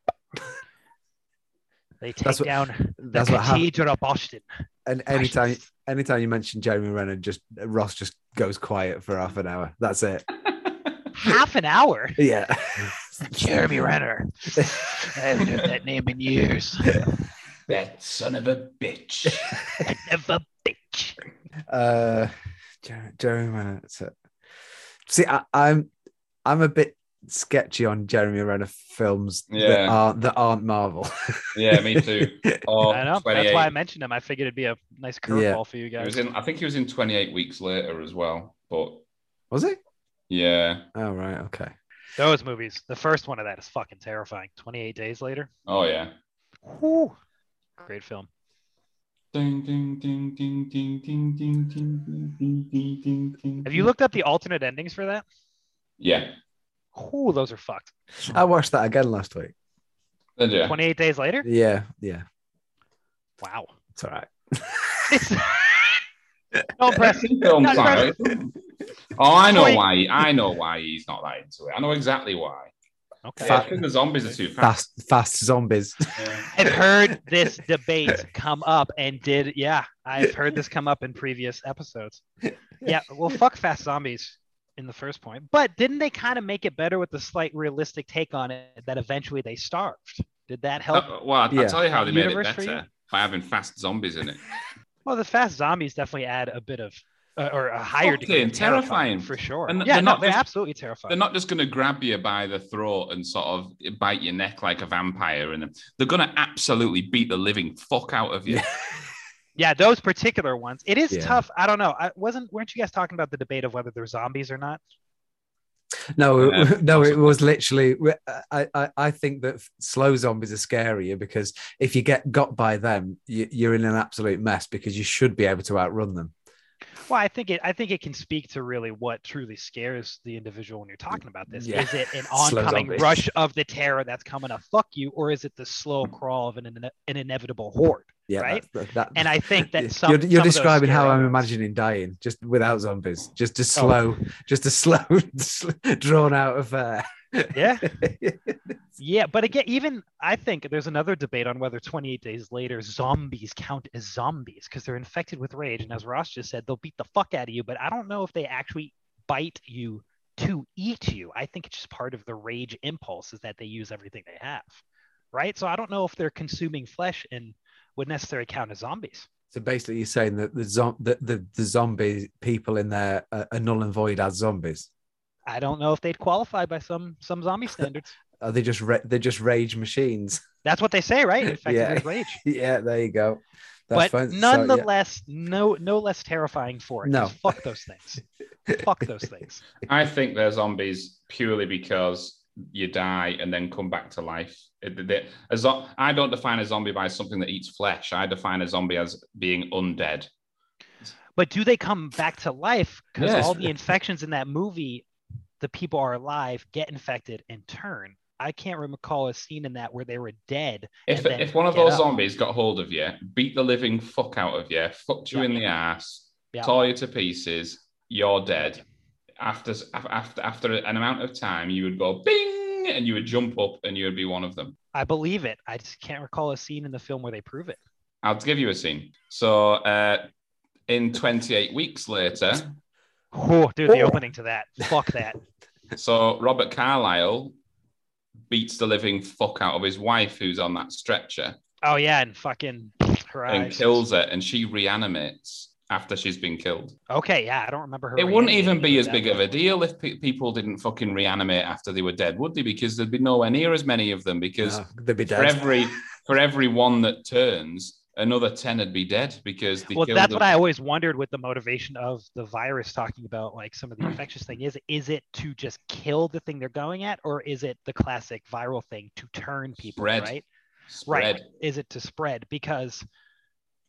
Speaker 3: take
Speaker 4: That's what-
Speaker 3: down the
Speaker 4: That's what happened.
Speaker 3: Cathedral of Boston.
Speaker 4: And anytime, anytime you mention Jeremy Renner, just Ross just goes quiet for half an hour. That's it.
Speaker 3: Half an hour.
Speaker 4: Yeah. *laughs*
Speaker 3: Jeremy Renner. I haven't heard that name in years.
Speaker 2: that son of a bitch.
Speaker 3: Son of a bitch.
Speaker 4: Uh, Ger- Jeremy Renner. See, I, I'm I'm a bit sketchy on Jeremy Renner films that
Speaker 2: Yeah.
Speaker 4: aren't that aren't Marvel.
Speaker 2: *laughs* Yeah, me
Speaker 3: *laughs*
Speaker 2: too. Or
Speaker 3: I know. That's
Speaker 2: 28.
Speaker 3: why I mentioned him. I figured it'd be a nice curveball
Speaker 4: Oh, Yeah.
Speaker 3: for you
Speaker 2: He was
Speaker 3: guys.
Speaker 2: in. I think he was in 28 weeks later as well. But
Speaker 4: *laughs* Was it?
Speaker 2: yeah.
Speaker 4: Oh right, okay.
Speaker 3: Those movies. The first one of that is fucking terrifying. 28 Days Later.
Speaker 2: Oh yeah.
Speaker 3: Whew. Great film.
Speaker 2: Ding ding ding ding ding ding ding ding ding ding ding ding ding.
Speaker 4: Hmm.
Speaker 3: Have you looked up the alternate endings for that?
Speaker 2: Yeah.
Speaker 3: Ooh, those are fucked.
Speaker 4: I watched that again last week.
Speaker 2: Did you?
Speaker 3: 28 Days Later?
Speaker 4: Yeah, yeah.
Speaker 3: Wow.
Speaker 4: It's all right.
Speaker 3: It's *laughs* so impressive.
Speaker 2: Film
Speaker 3: Not
Speaker 2: sorry. Oh, I know
Speaker 3: Wait.
Speaker 2: why. I know why he's not that into it. I know exactly why.
Speaker 3: Okay.
Speaker 2: Yeah, it's 'cause the zombies are too fast.
Speaker 4: Fast fast zombies.
Speaker 2: Yeah.
Speaker 3: I've heard this debate come up and did yeah, I've heard this come up in previous
Speaker 2: *laughs*
Speaker 3: episodes. Yeah, well fuck fast zombies in the first point. But didn't they kind of make it better with the slight realistic take on it that eventually they starved? Did that help?
Speaker 2: Uh, well, I'll
Speaker 4: Yeah.
Speaker 2: tell you how they made it
Speaker 3: Universe for you?
Speaker 2: better by having fast zombies in it.
Speaker 3: Well, the fast zombies definitely add a bit of uh, or a higher degree of
Speaker 2: Fucking terrifying.
Speaker 3: for sure.
Speaker 2: And
Speaker 3: yeah,
Speaker 2: they're
Speaker 3: no,
Speaker 2: not-
Speaker 3: they're
Speaker 2: they're-
Speaker 3: absolutely terrifying.
Speaker 2: They're not just going to grab you by the throat and sort of bite your neck like a vampire, and they're going to absolutely beat the living fuck out of you.
Speaker 3: Yeah, those particular ones. It is
Speaker 4: Yeah.
Speaker 3: tough. I don't know. I wasn't. Weren't you guys talking about the debate of whether they're zombies or not?
Speaker 4: No,
Speaker 2: Yeah,
Speaker 4: *laughs* no, it
Speaker 2: possibly.
Speaker 4: was literally. I, I, I think that slow zombies are scarier because if you get got by them, you, you're in an absolute mess because you should be able to outrun them.
Speaker 3: Well, I think it. I think it can speak to really what truly scares the individual when you're talking about this.
Speaker 4: Mm, Yeah.
Speaker 3: Is it an
Speaker 4: *laughs* Slow
Speaker 3: oncoming
Speaker 4: zombies.
Speaker 3: rush of the terror that's coming to fuck you, or is it the slow
Speaker 4: Mm.
Speaker 3: crawl of an, ine- an inevitable
Speaker 4: *laughs*
Speaker 3: horde?
Speaker 4: Yeah,
Speaker 3: Right?
Speaker 4: that- that- that-
Speaker 3: And I
Speaker 4: *laughs*
Speaker 3: think that some
Speaker 4: you're,
Speaker 3: some
Speaker 4: you're
Speaker 3: of those
Speaker 4: describing how
Speaker 3: scary
Speaker 4: I'm
Speaker 3: ones-
Speaker 4: imagining dying, just without zombies, just a
Speaker 3: Oh.
Speaker 4: slow, just a slow, *laughs* drawn out affair.
Speaker 3: Yeah. Yeah, but again, even I think there's another debate on whether 28 days later zombies count as zombies because they're infected with rage, and as Ross just said, they'll beat the fuck out of you. But I don't know if they actually bite you to eat you. I think it's just part of the rage impulse is that they use everything they have, right? So I don't know if they're consuming flesh and would necessarily count as zombies.
Speaker 4: *laughs* So basically, you're saying that the zo- the, the, the zombie people in there are, are null and void as zombies.
Speaker 3: I don't know if they'd qualify by some
Speaker 4: *laughs*
Speaker 3: some zombie standards.
Speaker 4: Are they just ra- they're just rage machines?
Speaker 3: That's what they say, right? Infected
Speaker 4: Yeah.
Speaker 3: with rage.
Speaker 4: yeah, there you go.
Speaker 3: but
Speaker 4: fine. So, yeah.
Speaker 3: nonetheless, no no less terrifying for it.
Speaker 4: No.
Speaker 3: 'cause fuck those things. fuck those things.
Speaker 2: I think they're zombies purely because you die and then come back to life. It- they- a zo- I don't define a zombie by something that eats flesh. I define a zombie as being undead.
Speaker 3: But do they come back to life? Because
Speaker 2: Yes.
Speaker 3: all the infections in that movie, the people are alive, get infected, and turn. I can't recall a scene in that where they were dead.
Speaker 2: If,
Speaker 3: And then
Speaker 2: if one of
Speaker 3: get
Speaker 2: those
Speaker 3: up.
Speaker 2: zombies got hold of you, beat the living fuck out of you, fucked you
Speaker 3: Yeah.
Speaker 2: in the ass,
Speaker 3: Yeah.
Speaker 2: tore you to pieces, you're dead. After, after after an amount of time, you would go bing and you would jump up and you would be one of them.
Speaker 3: I believe it. I just can't recall a scene in the film where they prove it.
Speaker 2: I'll give you a scene. So uh, in 28 weeks later,
Speaker 3: Oh, dude, the
Speaker 6: Oh.
Speaker 3: opening to that. Fuck
Speaker 2: *laughs*
Speaker 3: that.
Speaker 2: So Robert Carlyle beats the living fuck out of his wife, who's on that stretcher,
Speaker 3: Oh yeah, and fucking her
Speaker 2: and
Speaker 3: eyes.
Speaker 2: kills her, and she reanimates after she's been killed.
Speaker 3: Okay, yeah, I don't remember her.
Speaker 2: it wouldn't
Speaker 3: reanimating
Speaker 2: even be
Speaker 3: at
Speaker 2: as
Speaker 3: that
Speaker 2: big of a
Speaker 3: level.
Speaker 2: deal if pe- people didn't fucking reanimate after they were dead, would they? Because there'd be nowhere near as many of them. Because
Speaker 4: No, Ah, they'd be
Speaker 2: for
Speaker 4: dead.
Speaker 2: every for every one that turns, another ten would be dead because they
Speaker 3: well
Speaker 2: killed
Speaker 3: that's
Speaker 2: them.
Speaker 3: what i always wondered with the motivation of the virus talking about like some of
Speaker 2: Hmm.
Speaker 3: the infectious thing is is it to just kill the thing they're going at or is it the classic viral thing to turn people
Speaker 2: Spread.
Speaker 3: right
Speaker 2: spread.
Speaker 3: right is it to spread because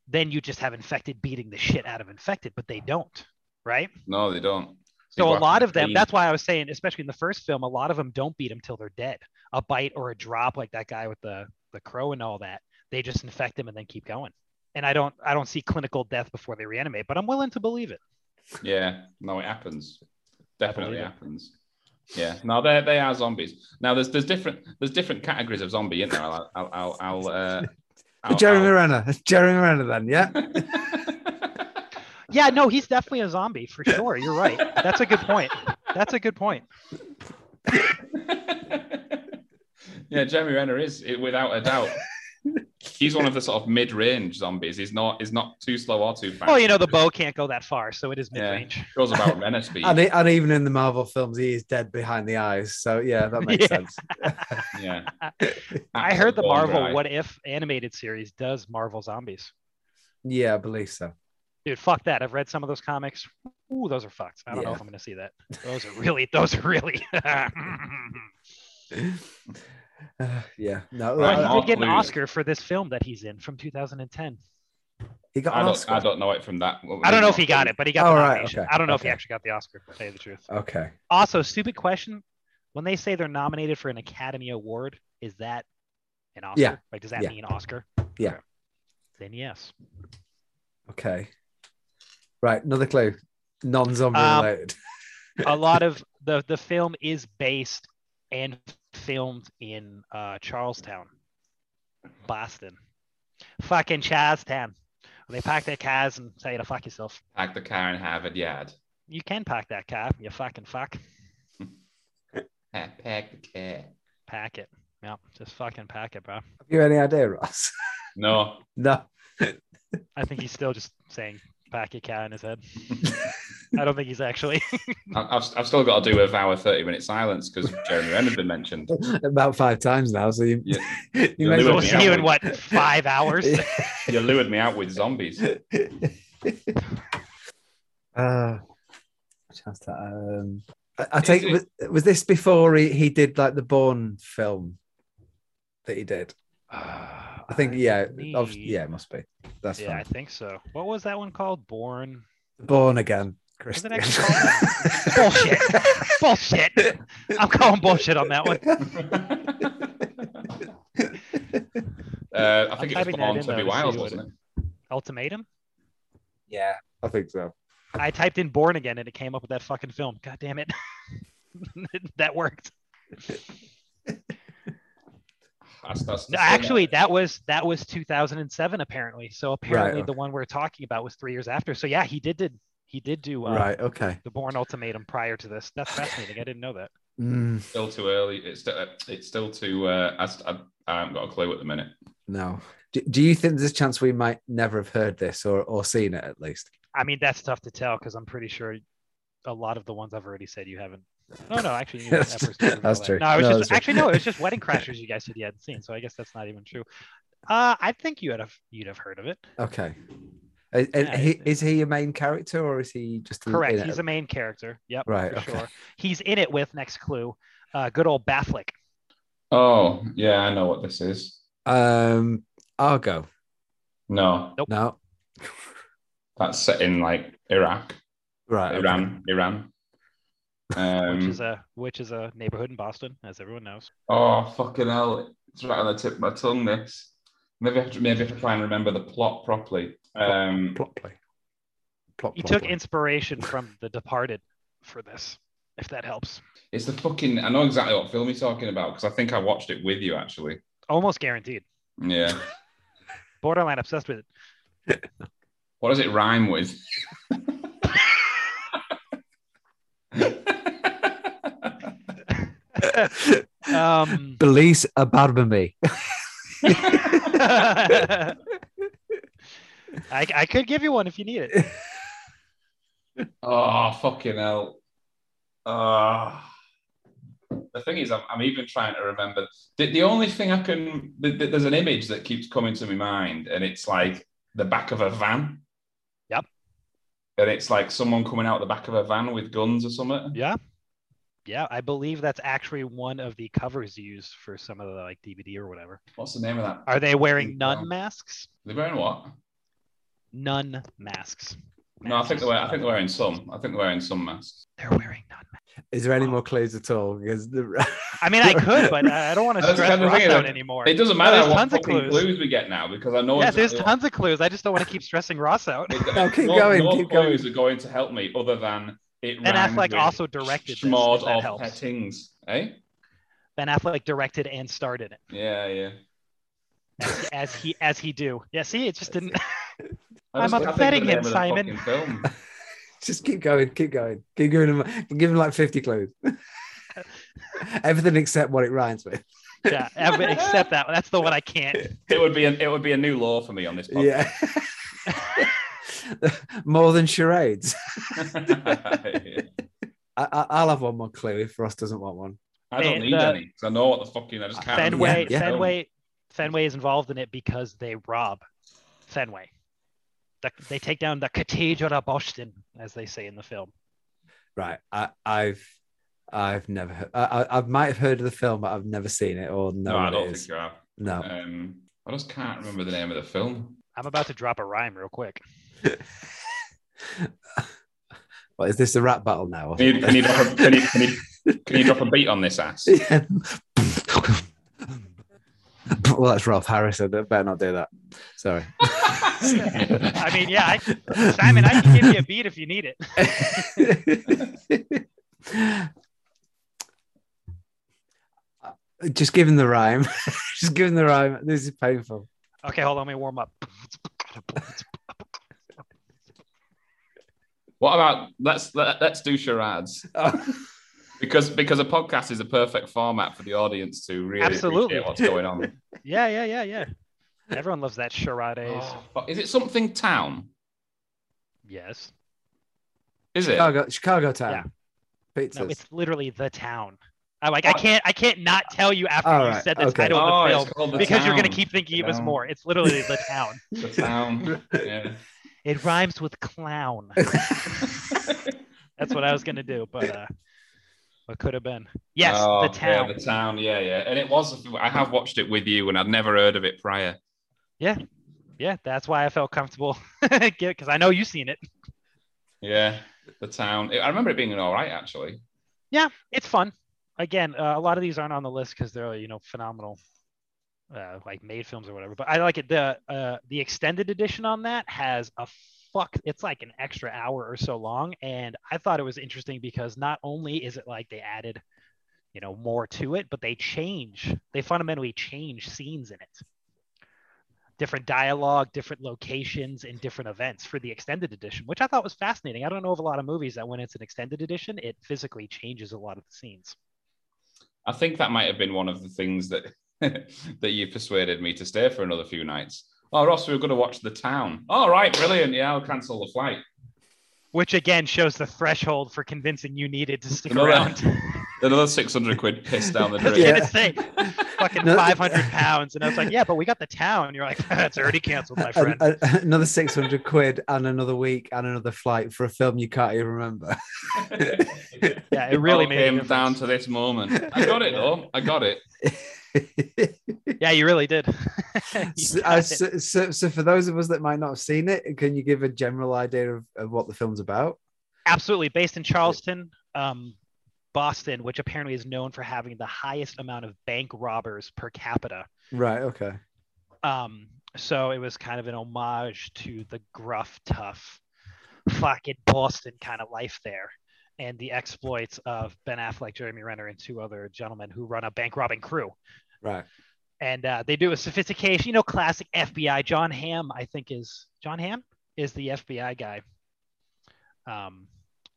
Speaker 3: then you just have infected beating the shit out of infected but they don't right
Speaker 2: No, they don't. They
Speaker 3: so
Speaker 2: go
Speaker 3: a
Speaker 2: after
Speaker 3: lot
Speaker 2: the
Speaker 3: of them
Speaker 2: clean.
Speaker 3: that's why i was saying especially in the first film a lot of them don't beat them till they're dead a bite or a drop like that guy with the the crow and all that they just infect them and then keep going and i don't i don't see clinical death before they reanimate but i'm willing to believe it
Speaker 2: Yeah, no, it happens. Definitely
Speaker 3: believe it.
Speaker 2: happens. Yeah, no, they they are zombies. Now there's there's different there's different categories of zombie in there. I'll I'll I'll, I'll
Speaker 3: *laughs*
Speaker 2: uh, I'll,
Speaker 4: Jeremy
Speaker 2: I'll-
Speaker 4: Renner. *laughs* Jeremy Renner, then, yeah.
Speaker 2: *laughs*
Speaker 3: yeah no he's definitely a zombie
Speaker 2: *laughs*
Speaker 3: for sure you're right that's a good point that's a good point
Speaker 2: yeah, Jeremy Renner is it, without a doubt. he's one of the sort of mid-range zombies. He's not he's not too slow or too fast.
Speaker 3: Well, Oh, you know the bow can't go that far, so it is
Speaker 2: Yeah.
Speaker 3: mid range.
Speaker 2: goes about
Speaker 3: *laughs*
Speaker 2: Renner speed.
Speaker 4: And, e- and even in the Marvel films, he is dead behind the eyes. So yeah, that makes
Speaker 3: Yeah.
Speaker 4: sense.
Speaker 2: Yeah.
Speaker 3: *laughs* I heard the
Speaker 2: Absolute
Speaker 3: Marvel
Speaker 2: guy.
Speaker 3: What If animated series does Marvel zombies.
Speaker 4: Yeah, I believe so. *sighs*
Speaker 3: Dude, fuck that. I've read some of those comics. Ooh, those are fucked. I don't know
Speaker 4: Yeah.
Speaker 3: if I'm gonna see that. Those are really, those are really. *laughs*
Speaker 4: Uh, yeah, no, uh,
Speaker 2: Right,
Speaker 4: I-
Speaker 3: Well,
Speaker 4: I-
Speaker 3: he did get an
Speaker 2: Absolutely.
Speaker 3: Oscar for this film that he's in from 2010.
Speaker 4: he got
Speaker 2: I
Speaker 4: an
Speaker 2: don't,
Speaker 4: Oscar.
Speaker 2: I don't know it from that.
Speaker 3: I don't know if he got it, but he got
Speaker 4: Oh,
Speaker 3: the
Speaker 4: right,
Speaker 3: nomination.
Speaker 4: okay,
Speaker 3: I don't know if he
Speaker 4: okay.
Speaker 3: actually got the Oscar, to tell you the truth.
Speaker 4: Okay,
Speaker 3: Also, stupid question. When they say they're nominated for an Academy Award, is that an Oscar?
Speaker 4: Yeah.
Speaker 3: Like, does that
Speaker 4: Yeah.
Speaker 3: mean Oscar?
Speaker 4: Yeah.
Speaker 3: Okay. Then yes.
Speaker 4: okay. Right, another clue. Non-zombie
Speaker 3: Um,
Speaker 4: related.
Speaker 3: A lot of the the film is based and filmed in uh, Charlestown, Boston, fucking Charlestown. They pack their cars and tell you to fuck yourself.
Speaker 2: Pack the car in Harvard Yard.
Speaker 3: You can pack that car, you fucking fuck.
Speaker 2: Pa- Pack the car.
Speaker 3: Pack it. Yeah, just fucking pack it, bro.
Speaker 4: Have you any idea, Ross? *laughs*
Speaker 2: No.
Speaker 4: no.
Speaker 3: I think he's still just saying pack your car in his head. I don't think he's actually.
Speaker 2: I- I've, I've still got to do a vow of 30 minute silence because Jeremy Renner's been mentioned.
Speaker 4: About five times now. So you,
Speaker 2: Yeah.
Speaker 4: *laughs* you
Speaker 2: You'll
Speaker 4: may as
Speaker 2: do it
Speaker 3: *laughs* We'll
Speaker 4: well-
Speaker 2: me
Speaker 3: see you in what
Speaker 4: Yeah.
Speaker 3: five hours.
Speaker 2: You lured me out with
Speaker 3: *laughs*
Speaker 2: zombies.
Speaker 4: Uh, just, um, I, I take was, was this before he, he did like the Bourne film that he did? I think yeah, obvi- yeah, it must be. That's
Speaker 3: Ah, Yeah, I
Speaker 4: fine.
Speaker 3: think so. What was that one called? Born.
Speaker 4: Born again,
Speaker 3: Was it
Speaker 4: Christian.
Speaker 3: actually called? bullshit. Bullshit. I'm calling bullshit
Speaker 4: *laughs*
Speaker 3: on that one.
Speaker 2: Uh, I think
Speaker 3: I'm
Speaker 2: it was
Speaker 3: typing that
Speaker 2: Born
Speaker 3: in,
Speaker 2: to
Speaker 3: though,
Speaker 2: be
Speaker 3: to
Speaker 2: wild,
Speaker 3: see what
Speaker 2: wasn't it?
Speaker 3: Ultimatum.
Speaker 4: yeah, I think so.
Speaker 3: I typed in Born again and it came up with that fucking film. God damn it. *laughs* that worked.
Speaker 2: That's, that's,
Speaker 3: No,
Speaker 2: that's-
Speaker 3: actually, that was that was 2007 apparently. So apparently
Speaker 4: okay.
Speaker 3: the one we're talking about was three years after. So yeah, he did did he did do uh,
Speaker 4: Right. Okay.
Speaker 3: the Born Ultimatum prior to this. That's fascinating. I didn't know that.
Speaker 4: Mm,
Speaker 2: still too early. It's still, it's still too. Uh, I, st- I, I haven't got a clue at the minute.
Speaker 4: no. Do, do you think there's a chance we might never have heard this or or seen it at least?
Speaker 3: I mean, that's tough to tell because I'm pretty sure a lot of the ones I've already said you haven't. No,
Speaker 4: *laughs*
Speaker 3: no, actually, you
Speaker 4: That's-
Speaker 3: that person didn't know
Speaker 4: that's
Speaker 3: that.
Speaker 4: true.
Speaker 3: No, it was
Speaker 4: No, that's
Speaker 3: just
Speaker 4: true.
Speaker 3: actually no, it
Speaker 4: *laughs*
Speaker 3: was just Wedding Crashers. You guys said you hadn't seen, so I guess that's not even true. Uh, I think you'd have you'd have heard of it.
Speaker 4: Okay. And, and
Speaker 3: Yeah,
Speaker 4: he,
Speaker 3: it-
Speaker 4: is he a main character or is he just in-
Speaker 3: Correct.
Speaker 4: in Mm, it?
Speaker 3: He's a main character. Yep,
Speaker 4: Right,
Speaker 3: for
Speaker 4: okay.
Speaker 3: sure. He's in it with next clue. Uh, good old Bafflick.
Speaker 2: Oh, yeah, I know what this is.
Speaker 4: um Argo?
Speaker 2: No,
Speaker 4: No.
Speaker 2: that's set in like Iraq,
Speaker 4: Right. okay.
Speaker 2: Iran, Iran.
Speaker 3: Which
Speaker 2: Um,
Speaker 3: is a which is a neighborhood in Boston, as everyone knows.
Speaker 2: oh, fucking hell. It's right on the tip of my tongue, this. Maybe I have to, maybe I have to try and remember the plot properly. Um,
Speaker 4: Plotly. Plot,
Speaker 3: He took
Speaker 4: Plotly.
Speaker 3: inspiration from The Departed for this, if that helps.
Speaker 2: It's the fucking. I know exactly what film you're talking about because I think I watched it with you actually.
Speaker 3: Almost guaranteed.
Speaker 2: Yeah.
Speaker 3: Borderline obsessed with it.
Speaker 2: What does it rhyme with? *laughs*
Speaker 4: *laughs*
Speaker 3: Um, *laughs*
Speaker 4: Belize Abadmami.
Speaker 3: I, I could give you one if you need it.
Speaker 2: oh fucking hell! Ah. the thing is, I'm, I'm even trying to remember. The, the only thing I can th- th- there's an image that keeps coming to my mind, and it's like the back of a van.
Speaker 3: Yep.
Speaker 2: And it's like someone coming out the back of a van with guns or something.
Speaker 3: Yeah. Yeah, I believe that's actually one of the covers used for some of the like DVD or whatever.
Speaker 2: What's the name of that?
Speaker 3: Are they wearing
Speaker 2: Wow.
Speaker 3: nun masks?
Speaker 2: They're wearing what?
Speaker 3: Nun masks.
Speaker 2: No, I think
Speaker 3: Masks.
Speaker 2: they're wearing, I think they're wearing some. I think they're wearing some masks.
Speaker 3: they're wearing nun masks.
Speaker 4: Is there any more clues at all? Because the... *laughs*
Speaker 3: I mean, I could, but I I don't want to
Speaker 2: That's
Speaker 3: stress
Speaker 2: kind of the
Speaker 3: Ross
Speaker 2: thing,
Speaker 3: out
Speaker 2: though.
Speaker 3: anymore.
Speaker 2: It doesn't
Speaker 3: No,
Speaker 2: matter
Speaker 3: there's
Speaker 2: what
Speaker 3: tons of
Speaker 2: fucking clues.
Speaker 3: clues.
Speaker 2: we get now because I know.
Speaker 3: yeah, there's
Speaker 2: exactly what-
Speaker 3: tons of clues. I just don't want to keep stressing
Speaker 2: *laughs*
Speaker 3: Ross out.
Speaker 2: It-
Speaker 4: *laughs* No, keep
Speaker 2: no,
Speaker 4: going,
Speaker 2: No
Speaker 4: keep
Speaker 2: clues are going to help me other than it.
Speaker 3: Ben
Speaker 2: rhymes
Speaker 3: Affleck
Speaker 2: with
Speaker 3: also directed this, if
Speaker 2: Schmord
Speaker 3: that
Speaker 2: of
Speaker 3: helps.
Speaker 2: Pettings, eh?
Speaker 3: Ben Affleck directed and starred in it,
Speaker 2: Yeah, yeah.
Speaker 3: as, as he as he do. Yeah, see, it just didn't.
Speaker 2: I
Speaker 3: I'm
Speaker 2: just- I think
Speaker 3: upsetting
Speaker 2: the name
Speaker 3: him,
Speaker 2: of the
Speaker 3: Simon.
Speaker 2: fucking Film. *laughs*
Speaker 4: Just keep going, keep going. *laughs* Keep giving him, give him like 50 clues. Everything except what it rhymes with.
Speaker 3: *laughs* Yeah, ev- except that one. That's the one I can't.
Speaker 2: It would be an, it would be a new law for me on this podcast.
Speaker 4: Yeah. *laughs* More than charades.
Speaker 2: Yeah.
Speaker 4: I, I, I'll have one more clue if Ross doesn't want one.
Speaker 2: *laughs* I don't
Speaker 3: And,
Speaker 2: need
Speaker 3: uh,
Speaker 2: any 'cause I know what the fucking I just can't. remember
Speaker 3: Fenway,
Speaker 2: the film.
Speaker 3: Fenway, Fenway is involved in it because they rob Fenway. The, they take down the Cathedral of Boston, as they say in the film.
Speaker 4: Right. I, I've I've never heard, I, I- I might have heard of the film, but I've never seen it or know
Speaker 2: No, I
Speaker 4: what
Speaker 2: don't
Speaker 4: it
Speaker 2: think
Speaker 4: is.
Speaker 2: you have.
Speaker 4: No.
Speaker 2: Um, I just can't remember the name of the film.
Speaker 3: I'm about to drop a rhyme real quick.
Speaker 4: What is this a rap battle now?
Speaker 2: Can you, can you, drop, a, can you, can you, can you drop a beat on
Speaker 4: *laughs*
Speaker 2: this ass? *laughs*
Speaker 4: Yeah. well, that's Ralph Harrison. I better not do that. Sorry.
Speaker 3: I mean, yeah, I, Simon, I can give you a beat if you need it.
Speaker 4: *laughs* Just give him the rhyme. *laughs* Just give him the rhyme. This is painful.
Speaker 3: Okay, hold on, let me warm up.
Speaker 2: What about let's let, let's do charades
Speaker 4: Oh,
Speaker 2: because because a podcast is a perfect format for the audience to really
Speaker 3: Absolutely.
Speaker 2: appreciate what's
Speaker 4: *laughs*
Speaker 2: going on.
Speaker 3: Yeah, yeah, yeah, yeah. Everyone loves that charades.
Speaker 2: Oh, fuck. is it something town?
Speaker 3: Yes.
Speaker 2: Is it?
Speaker 4: Chicago, Chicago town. Pizzas.
Speaker 3: No, it's literally the town. I like I can't I can't not tell you after
Speaker 4: All
Speaker 3: you
Speaker 4: right,
Speaker 3: said the
Speaker 4: okay.
Speaker 3: title of Oh, the film
Speaker 2: Oh, called
Speaker 3: because you're gonna
Speaker 2: Town.
Speaker 3: keep thinking it was
Speaker 2: Town.
Speaker 3: more. It's literally the town.
Speaker 2: the
Speaker 3: *laughs*
Speaker 2: town. Yeah.
Speaker 3: It rhymes with clown. That's what I was gonna do, but uh what could have been. Yes,
Speaker 2: Oh,
Speaker 3: the town.
Speaker 2: Yeah, the town. Yeah, yeah. And it was. I have watched it with you, and I'd never heard of it prior.
Speaker 3: yeah, that's why I felt comfortable *laughs* because I know you've seen it.
Speaker 2: Yeah, the town. I remember it being all right actually.
Speaker 3: yeah, it's fun. Again, uh, a lot of these aren't on the list because they're you know phenomenal, uh, like made films or whatever. But I like it. The uh, the extended edition on that has a fuck. It's like an extra hour or so long, and I thought it was interesting because not only is it like they added, you know, more to it, but they change. They fundamentally change scenes in it. Different dialogue, different locations, and different events for the extended edition, which I thought was fascinating. I don't know of a lot of movies that when it's an extended edition, it physically changes a lot of the scenes.
Speaker 2: I think that might have been one of the things that *laughs* that you persuaded me to stay for another few nights. Oh, Ross, we were going to watch The Town. All right, brilliant. Yeah, I'll cancel the flight.
Speaker 3: which again shows the threshold for convincing you needed to stick
Speaker 2: Another-
Speaker 3: around. *laughs*
Speaker 2: Another 600 quid pissed down the
Speaker 3: I was
Speaker 2: drain.
Speaker 4: Yeah.
Speaker 3: gonna say
Speaker 4: *laughs*
Speaker 3: fucking
Speaker 4: No.
Speaker 3: 500 pounds, and I was like, yeah, but we got the town. You're like, *laughs* it's already canceled, my
Speaker 4: An-
Speaker 3: friend.
Speaker 4: a- another 600 quid and another week and another flight for a film you can't even remember. *laughs*
Speaker 2: *laughs*
Speaker 3: Yeah, it really
Speaker 2: all
Speaker 3: made a
Speaker 2: came
Speaker 3: difference.
Speaker 2: down to this moment.
Speaker 3: *laughs*
Speaker 2: I got it, though. I got it.
Speaker 3: Yeah, you really did. *laughs* You
Speaker 4: so,
Speaker 3: got
Speaker 4: uh,
Speaker 3: it.
Speaker 4: so, so, so for those of us that might not have seen it, can you give a general idea of, of what the film's about?
Speaker 3: Absolutely, based in Charleston, um, Boston, which apparently is known for having the highest amount of bank robbers per capita.
Speaker 4: Right. Okay.
Speaker 3: Um, so it was kind of an homage to the gruff, tough, fucking Boston kind of life there, and the exploits of Ben Affleck, Jeremy Renner, and two other gentlemen who run a bank robbing crew.
Speaker 4: Right.
Speaker 3: And uh, they do a sophistication, you know, classic FBI. John Hamm, I think, is John Hamm is the FBI guy. Um,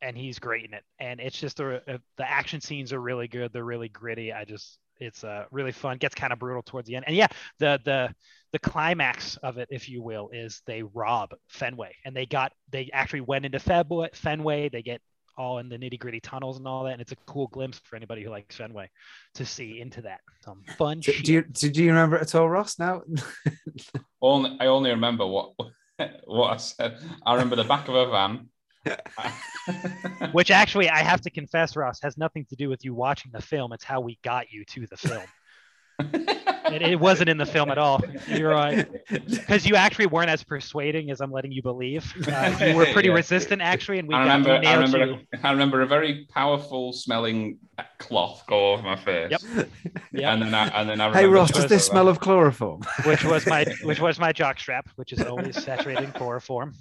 Speaker 3: and he's great in it. And it's just a, a- the action scenes are really good. They're really gritty. I just it's uh, really fun. Gets kind of brutal towards the end. And yeah, the the the climax of it, if you will, is they rob Fenway, and they got they actually went into Feb- Fenway. They get all in the nitty gritty tunnels and all that, and it's a cool glimpse for anybody who likes Fenway to see into that. Um, fun.
Speaker 4: Do,
Speaker 3: shit.
Speaker 4: do you do, do you remember it at all, Ross? Now. *laughs*
Speaker 2: Only I only remember what *laughs* what I said. I remember the back of a
Speaker 3: *laughs*
Speaker 2: van. *laughs*
Speaker 3: Which actually, I have to confess, Ross, has nothing to do with you watching the film. It's how we got you to the film. it, it wasn't in the film at all. You're right. Because you actually weren't as persuading as I'm letting you believe. Uh, you were pretty
Speaker 2: Yeah.
Speaker 3: resistant, actually, and we
Speaker 2: I
Speaker 3: got
Speaker 2: remember,
Speaker 3: you
Speaker 2: I
Speaker 3: nailed
Speaker 2: remember, I remember a very powerful smelling cloth go over my face.
Speaker 3: Yep. you. Yeah,
Speaker 2: And then I, and then I
Speaker 4: Hey,
Speaker 2: remember
Speaker 4: Ross, does
Speaker 2: just
Speaker 4: this
Speaker 2: that.
Speaker 4: smell of *laughs* chloroform?
Speaker 3: which was my which was my jock strap, which is always saturated in chloroform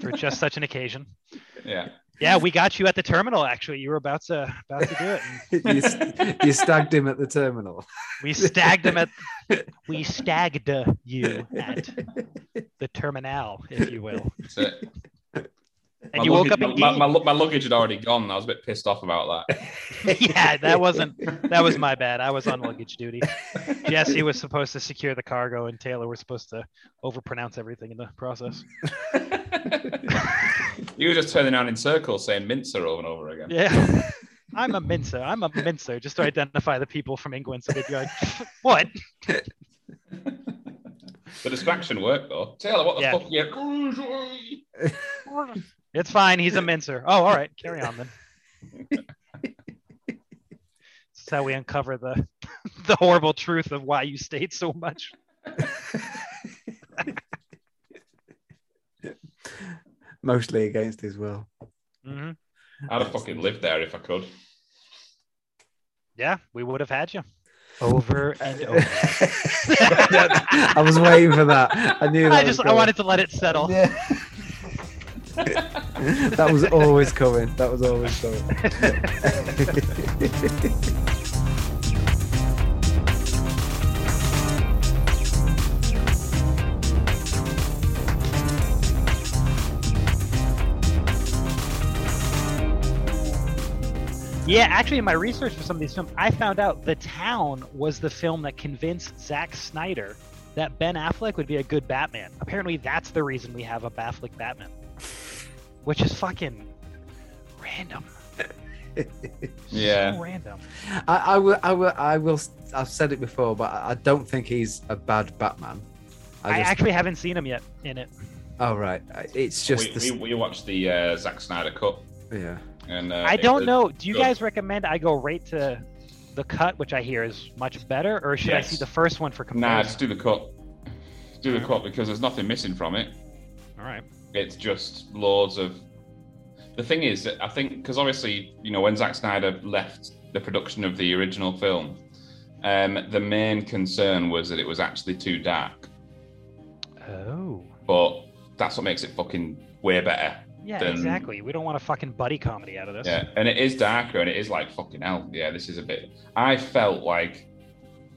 Speaker 3: for just such an occasion.
Speaker 2: Yeah.
Speaker 3: Yeah, we got you at the terminal. Actually, you were about to about to do it. and
Speaker 4: you, st- you stagged him at the terminal.
Speaker 3: We stagged him at we stagged you at the terminal, if you will.
Speaker 2: That's it. my
Speaker 3: and you woke
Speaker 2: luggage-
Speaker 3: up and
Speaker 2: my,
Speaker 3: gay.
Speaker 2: my, lu- my luggage had already gone. I was a bit pissed off about that.
Speaker 3: *laughs* yeah, that wasn't that was my bad. I was on
Speaker 2: *laughs*
Speaker 3: luggage duty. Jesse was supposed to secure the cargo, and Taylor was supposed to overpronounce everything in the process.
Speaker 2: you were just turning around in circles, saying Mincer over and over again.
Speaker 3: Yeah. *laughs* I'm a mincer. I'm a mincer, just to identify the people from England. So they'd be like, *laughs* "What?
Speaker 2: The distraction worked though. Taylor, what the
Speaker 3: Yeah.
Speaker 2: fuck? are you-
Speaker 3: It's fine. He's a mincer." Oh, all right. Carry on then. *laughs* That's how we uncover the *laughs* the horrible truth of why you stayed so much.
Speaker 4: Mostly against his *laughs* will.
Speaker 3: hmm
Speaker 2: I'd have fucking lived there if I could.
Speaker 3: Yeah, we would have had you over and over.
Speaker 4: I was waiting for that. I knew that.
Speaker 3: I
Speaker 4: was
Speaker 3: just I
Speaker 4: coming.
Speaker 3: wanted to let it
Speaker 4: *laughs*
Speaker 3: settle.
Speaker 4: that was always coming. That was always coming.
Speaker 3: Yeah, actually, in my research for some of these films, I found out The Town was the film that convinced Zack Snyder that Ben Affleck would be a good Batman. Apparently, that's the reason we have a Baffleck Batman, which is fucking random.
Speaker 4: *laughs*
Speaker 3: *laughs*
Speaker 2: Yeah.
Speaker 3: So random.
Speaker 4: I, I will. I will. I will. I've said it before, but I I don't think he's a bad Batman.
Speaker 3: I,
Speaker 4: I just.
Speaker 3: actually haven't seen him yet in it.
Speaker 4: oh right. It's just.
Speaker 2: we,
Speaker 4: the,
Speaker 2: we, we watched the uh, Zack Snyder cut,
Speaker 4: yeah.
Speaker 2: and uh,
Speaker 3: I
Speaker 2: it was-
Speaker 3: don't know. Do you
Speaker 2: good.
Speaker 3: guys recommend I go right to the cut, which I hear is much better, or should I
Speaker 2: Yes.
Speaker 3: see the first one for
Speaker 2: Nah,
Speaker 3: comparison?
Speaker 2: just do the cut. Do the cut because there's nothing missing from it.
Speaker 3: All right.
Speaker 2: It's just loads of. The thing is, that I think because obviously you know when Zack Snyder left the production of the original film, um, the main concern was that it was actually too dark.
Speaker 3: Oh.
Speaker 2: But that's what makes it fucking way better.
Speaker 3: Yeah,
Speaker 2: Then-
Speaker 3: exactly. We don't want a fucking buddy comedy out of this.
Speaker 2: Yeah, and it is darker, and it is like fucking hell. Yeah, this is a bit. I felt like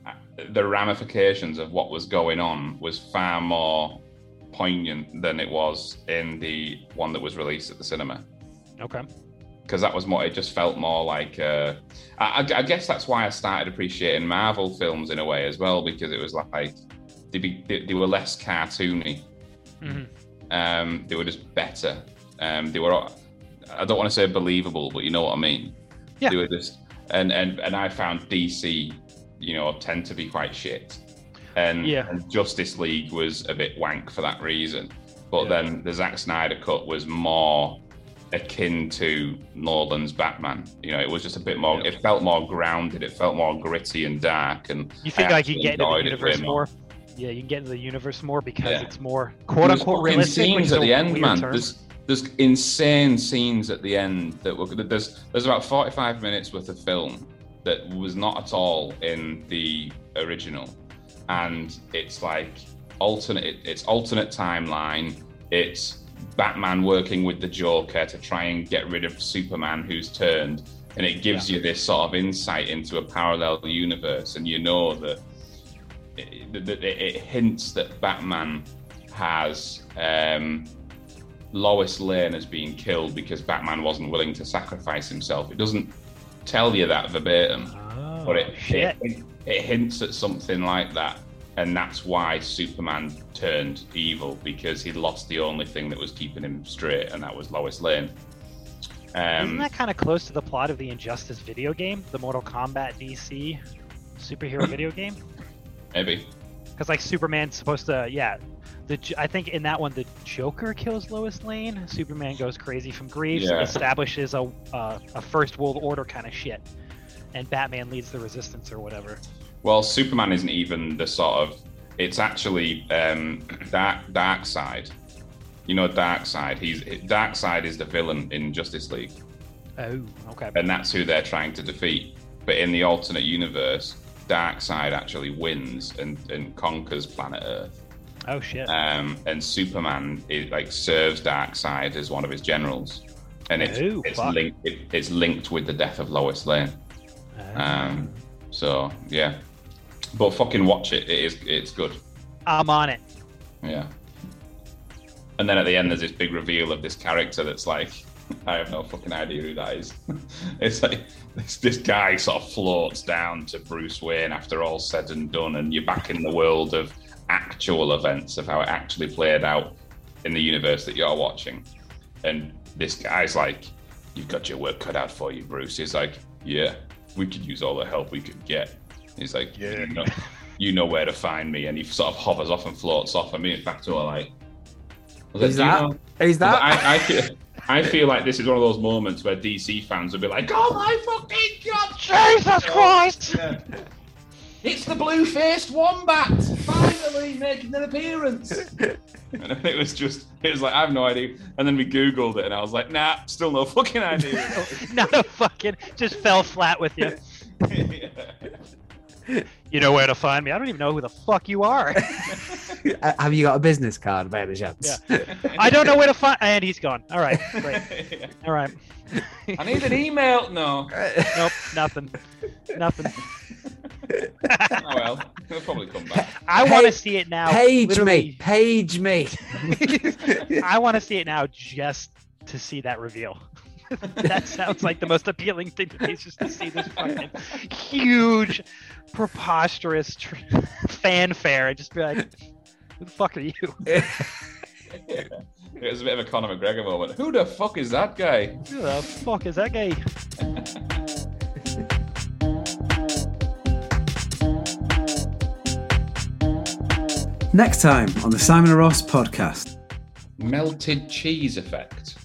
Speaker 2: uh, the ramifications of what was going on was far more poignant than it was in the one that was released at the cinema
Speaker 3: Okay.
Speaker 2: because that was more. It just felt more like. Uh, I, I- I guess that's why I started appreciating Marvel films in a way as well because it was like they, be, they, they were less cartoony.
Speaker 3: Mhm.
Speaker 2: Um, they were just better. Um, they were. I don't want to say believable, but you know what I mean.
Speaker 3: Yeah.
Speaker 2: They were just and and and I found DC, you know, tend to be quite shit. And,
Speaker 3: Yeah.
Speaker 2: and Justice League was a bit wank for that reason. But
Speaker 3: Yeah.
Speaker 2: then the Zack Snyder cut was more akin to Nolan's Batman. You know, it was just a bit more. It felt more grounded. It felt more gritty and dark. And
Speaker 3: You think
Speaker 2: I
Speaker 3: like you
Speaker 2: actually
Speaker 3: can get into the
Speaker 2: enjoyed it way
Speaker 3: universe more.
Speaker 2: more.
Speaker 3: Yeah, you can get into the universe more because
Speaker 2: Yeah.
Speaker 3: it's more quote unquote
Speaker 2: There's fucking
Speaker 3: realistic. which
Speaker 2: scenes
Speaker 3: is
Speaker 2: at
Speaker 3: a
Speaker 2: the end,
Speaker 3: weird
Speaker 2: man.
Speaker 3: term.
Speaker 2: There's there's insane scenes at the end that were that there's there's about 45 minutes worth of film that was not at all in the original, and it's like alternate it- it's alternate timeline. It's Batman working with the Joker to try and get rid of Superman who's turned, and it gives you this sort of insight into a parallel universe, and you know that it, that- that it hints that Batman has um, Lois Lane as being killed because Batman wasn't willing to sacrifice himself. It doesn't tell you that verbatim,
Speaker 3: Oh,
Speaker 2: but it,
Speaker 3: shit.
Speaker 2: it it hints at something like that, and that's why Superman turned evil because he lost the only thing that was keeping him straight, and that was Lois Lane.
Speaker 3: Isn't
Speaker 2: Um,
Speaker 3: that kind of close to the plot of the Injustice video game, the Mortal Kombat DC
Speaker 2: *laughs*
Speaker 3: superhero video game?
Speaker 2: maybe.
Speaker 3: Because like Superman's supposed to, yeah. The J- I think in that one the Joker kills Lois Lane. Superman goes crazy from grief,
Speaker 2: Yeah.
Speaker 3: establishes a uh, a first world order kind of shit, and Batman leads the resistance or whatever.
Speaker 2: Well, Superman isn't even the sort of. It's actually um, Dark Dark Side. You know, Dark Side. He's Dark Side is the villain in Justice League,
Speaker 3: Oh, okay.
Speaker 2: and that's who they're trying to defeat. But in the alternate universe, Dark Side actually wins and, and conquers planet Earth.
Speaker 3: Oh shit.
Speaker 2: Um, and Superman it, like serves Dark Side as one of his generals, and it's
Speaker 3: Oh,
Speaker 2: it's
Speaker 3: fuck.
Speaker 2: linked it, it's linked with the death of Lois Lane.
Speaker 3: Oh.
Speaker 2: Um, so yeah, but fucking watch it. It is it's good.
Speaker 3: I'm on it.
Speaker 2: Yeah. And then at the end, there's this big reveal of this character that's like, I have no fucking idea who that is. *laughs* it's like this, this guy sort of floats down to Bruce Wayne after all said and done, and you're back in the world of actual events of how it actually played out in the universe that you're watching. And this guy's like, You've got your work cut out for you, Bruce. He's like, Yeah, we could use all the help we could get. He's like,
Speaker 5: Yeah.
Speaker 2: Yeah, you know, you know where to find me. And he sort of hovers off and floats off. And me and Factor are like, "Was
Speaker 4: Who's
Speaker 2: it
Speaker 4: that?
Speaker 2: Dino?"
Speaker 4: Who's that?
Speaker 2: I, I feel, I feel like this is one of those moments where DC fans would be like, "Oh my fucking god, Jesus Christ! It's the blue-faced wombat finally making an appearance." and it was just, it was like, I have no idea. And then we Googled it, and I was like, Nah, still no fucking idea.
Speaker 3: *laughs*
Speaker 2: *laughs*
Speaker 3: Not a fucking. Just fell flat with you. You know where to find me. I don't even know who the fuck you are.
Speaker 4: Uh, Have you got a business card by any chance?
Speaker 3: *laughs*
Speaker 4: *laughs*
Speaker 3: I don't know where to find. And he's gone. All right. Great. All right.
Speaker 2: I need an email. No.
Speaker 3: Nope. Nothing. Nothing.
Speaker 2: Oh well, he'll probably come back.
Speaker 3: I
Speaker 4: Hey-
Speaker 3: want to see it now.
Speaker 4: Page me.
Speaker 3: literally.
Speaker 4: Page me.
Speaker 3: I want to see it now just to see that reveal. *laughs* that sounds like the most appealing thing to me is just to see this fucking huge, preposterous tr- *laughs* fanfare and just be like, who the fuck are you?
Speaker 2: It was a bit of a Conor McGregor moment. Who the fuck is that guy?
Speaker 3: Who the fuck is that guy?
Speaker 1: Next time on the Simon and Ross podcast.
Speaker 2: Melted cheese effect.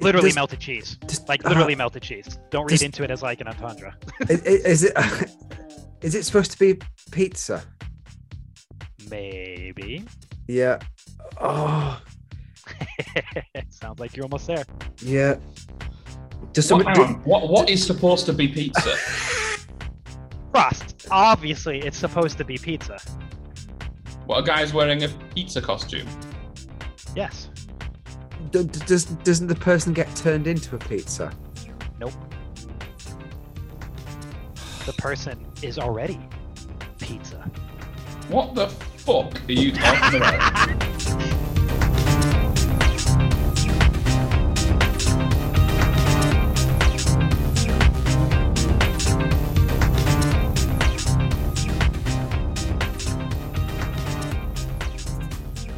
Speaker 3: Literally
Speaker 4: Does-
Speaker 3: melted cheese.
Speaker 4: does-
Speaker 3: Like
Speaker 4: uh,
Speaker 3: literally melted cheese. Don't read
Speaker 4: does-
Speaker 3: into it as like an entendre.
Speaker 4: I- I- *laughs* Is, it? *laughs* Is it supposed to be pizza?
Speaker 3: Maybe. *laughs*
Speaker 4: Yeah. Oh,
Speaker 3: sounds like you're almost there.
Speaker 4: yeah. Does
Speaker 2: What,
Speaker 4: someone?
Speaker 2: hang on. What, what is supposed to be pizza?
Speaker 3: Crust. Obviously, it's supposed to be pizza.
Speaker 2: what a guy's wearing a pizza costume.
Speaker 3: Yes.
Speaker 4: do- do- does doesn't the person get turned into a pizza?
Speaker 3: Nope. The person is already pizza.
Speaker 2: What the fuck are you talking about?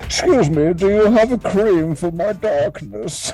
Speaker 6: Excuse me, do you have a cream for my darkness?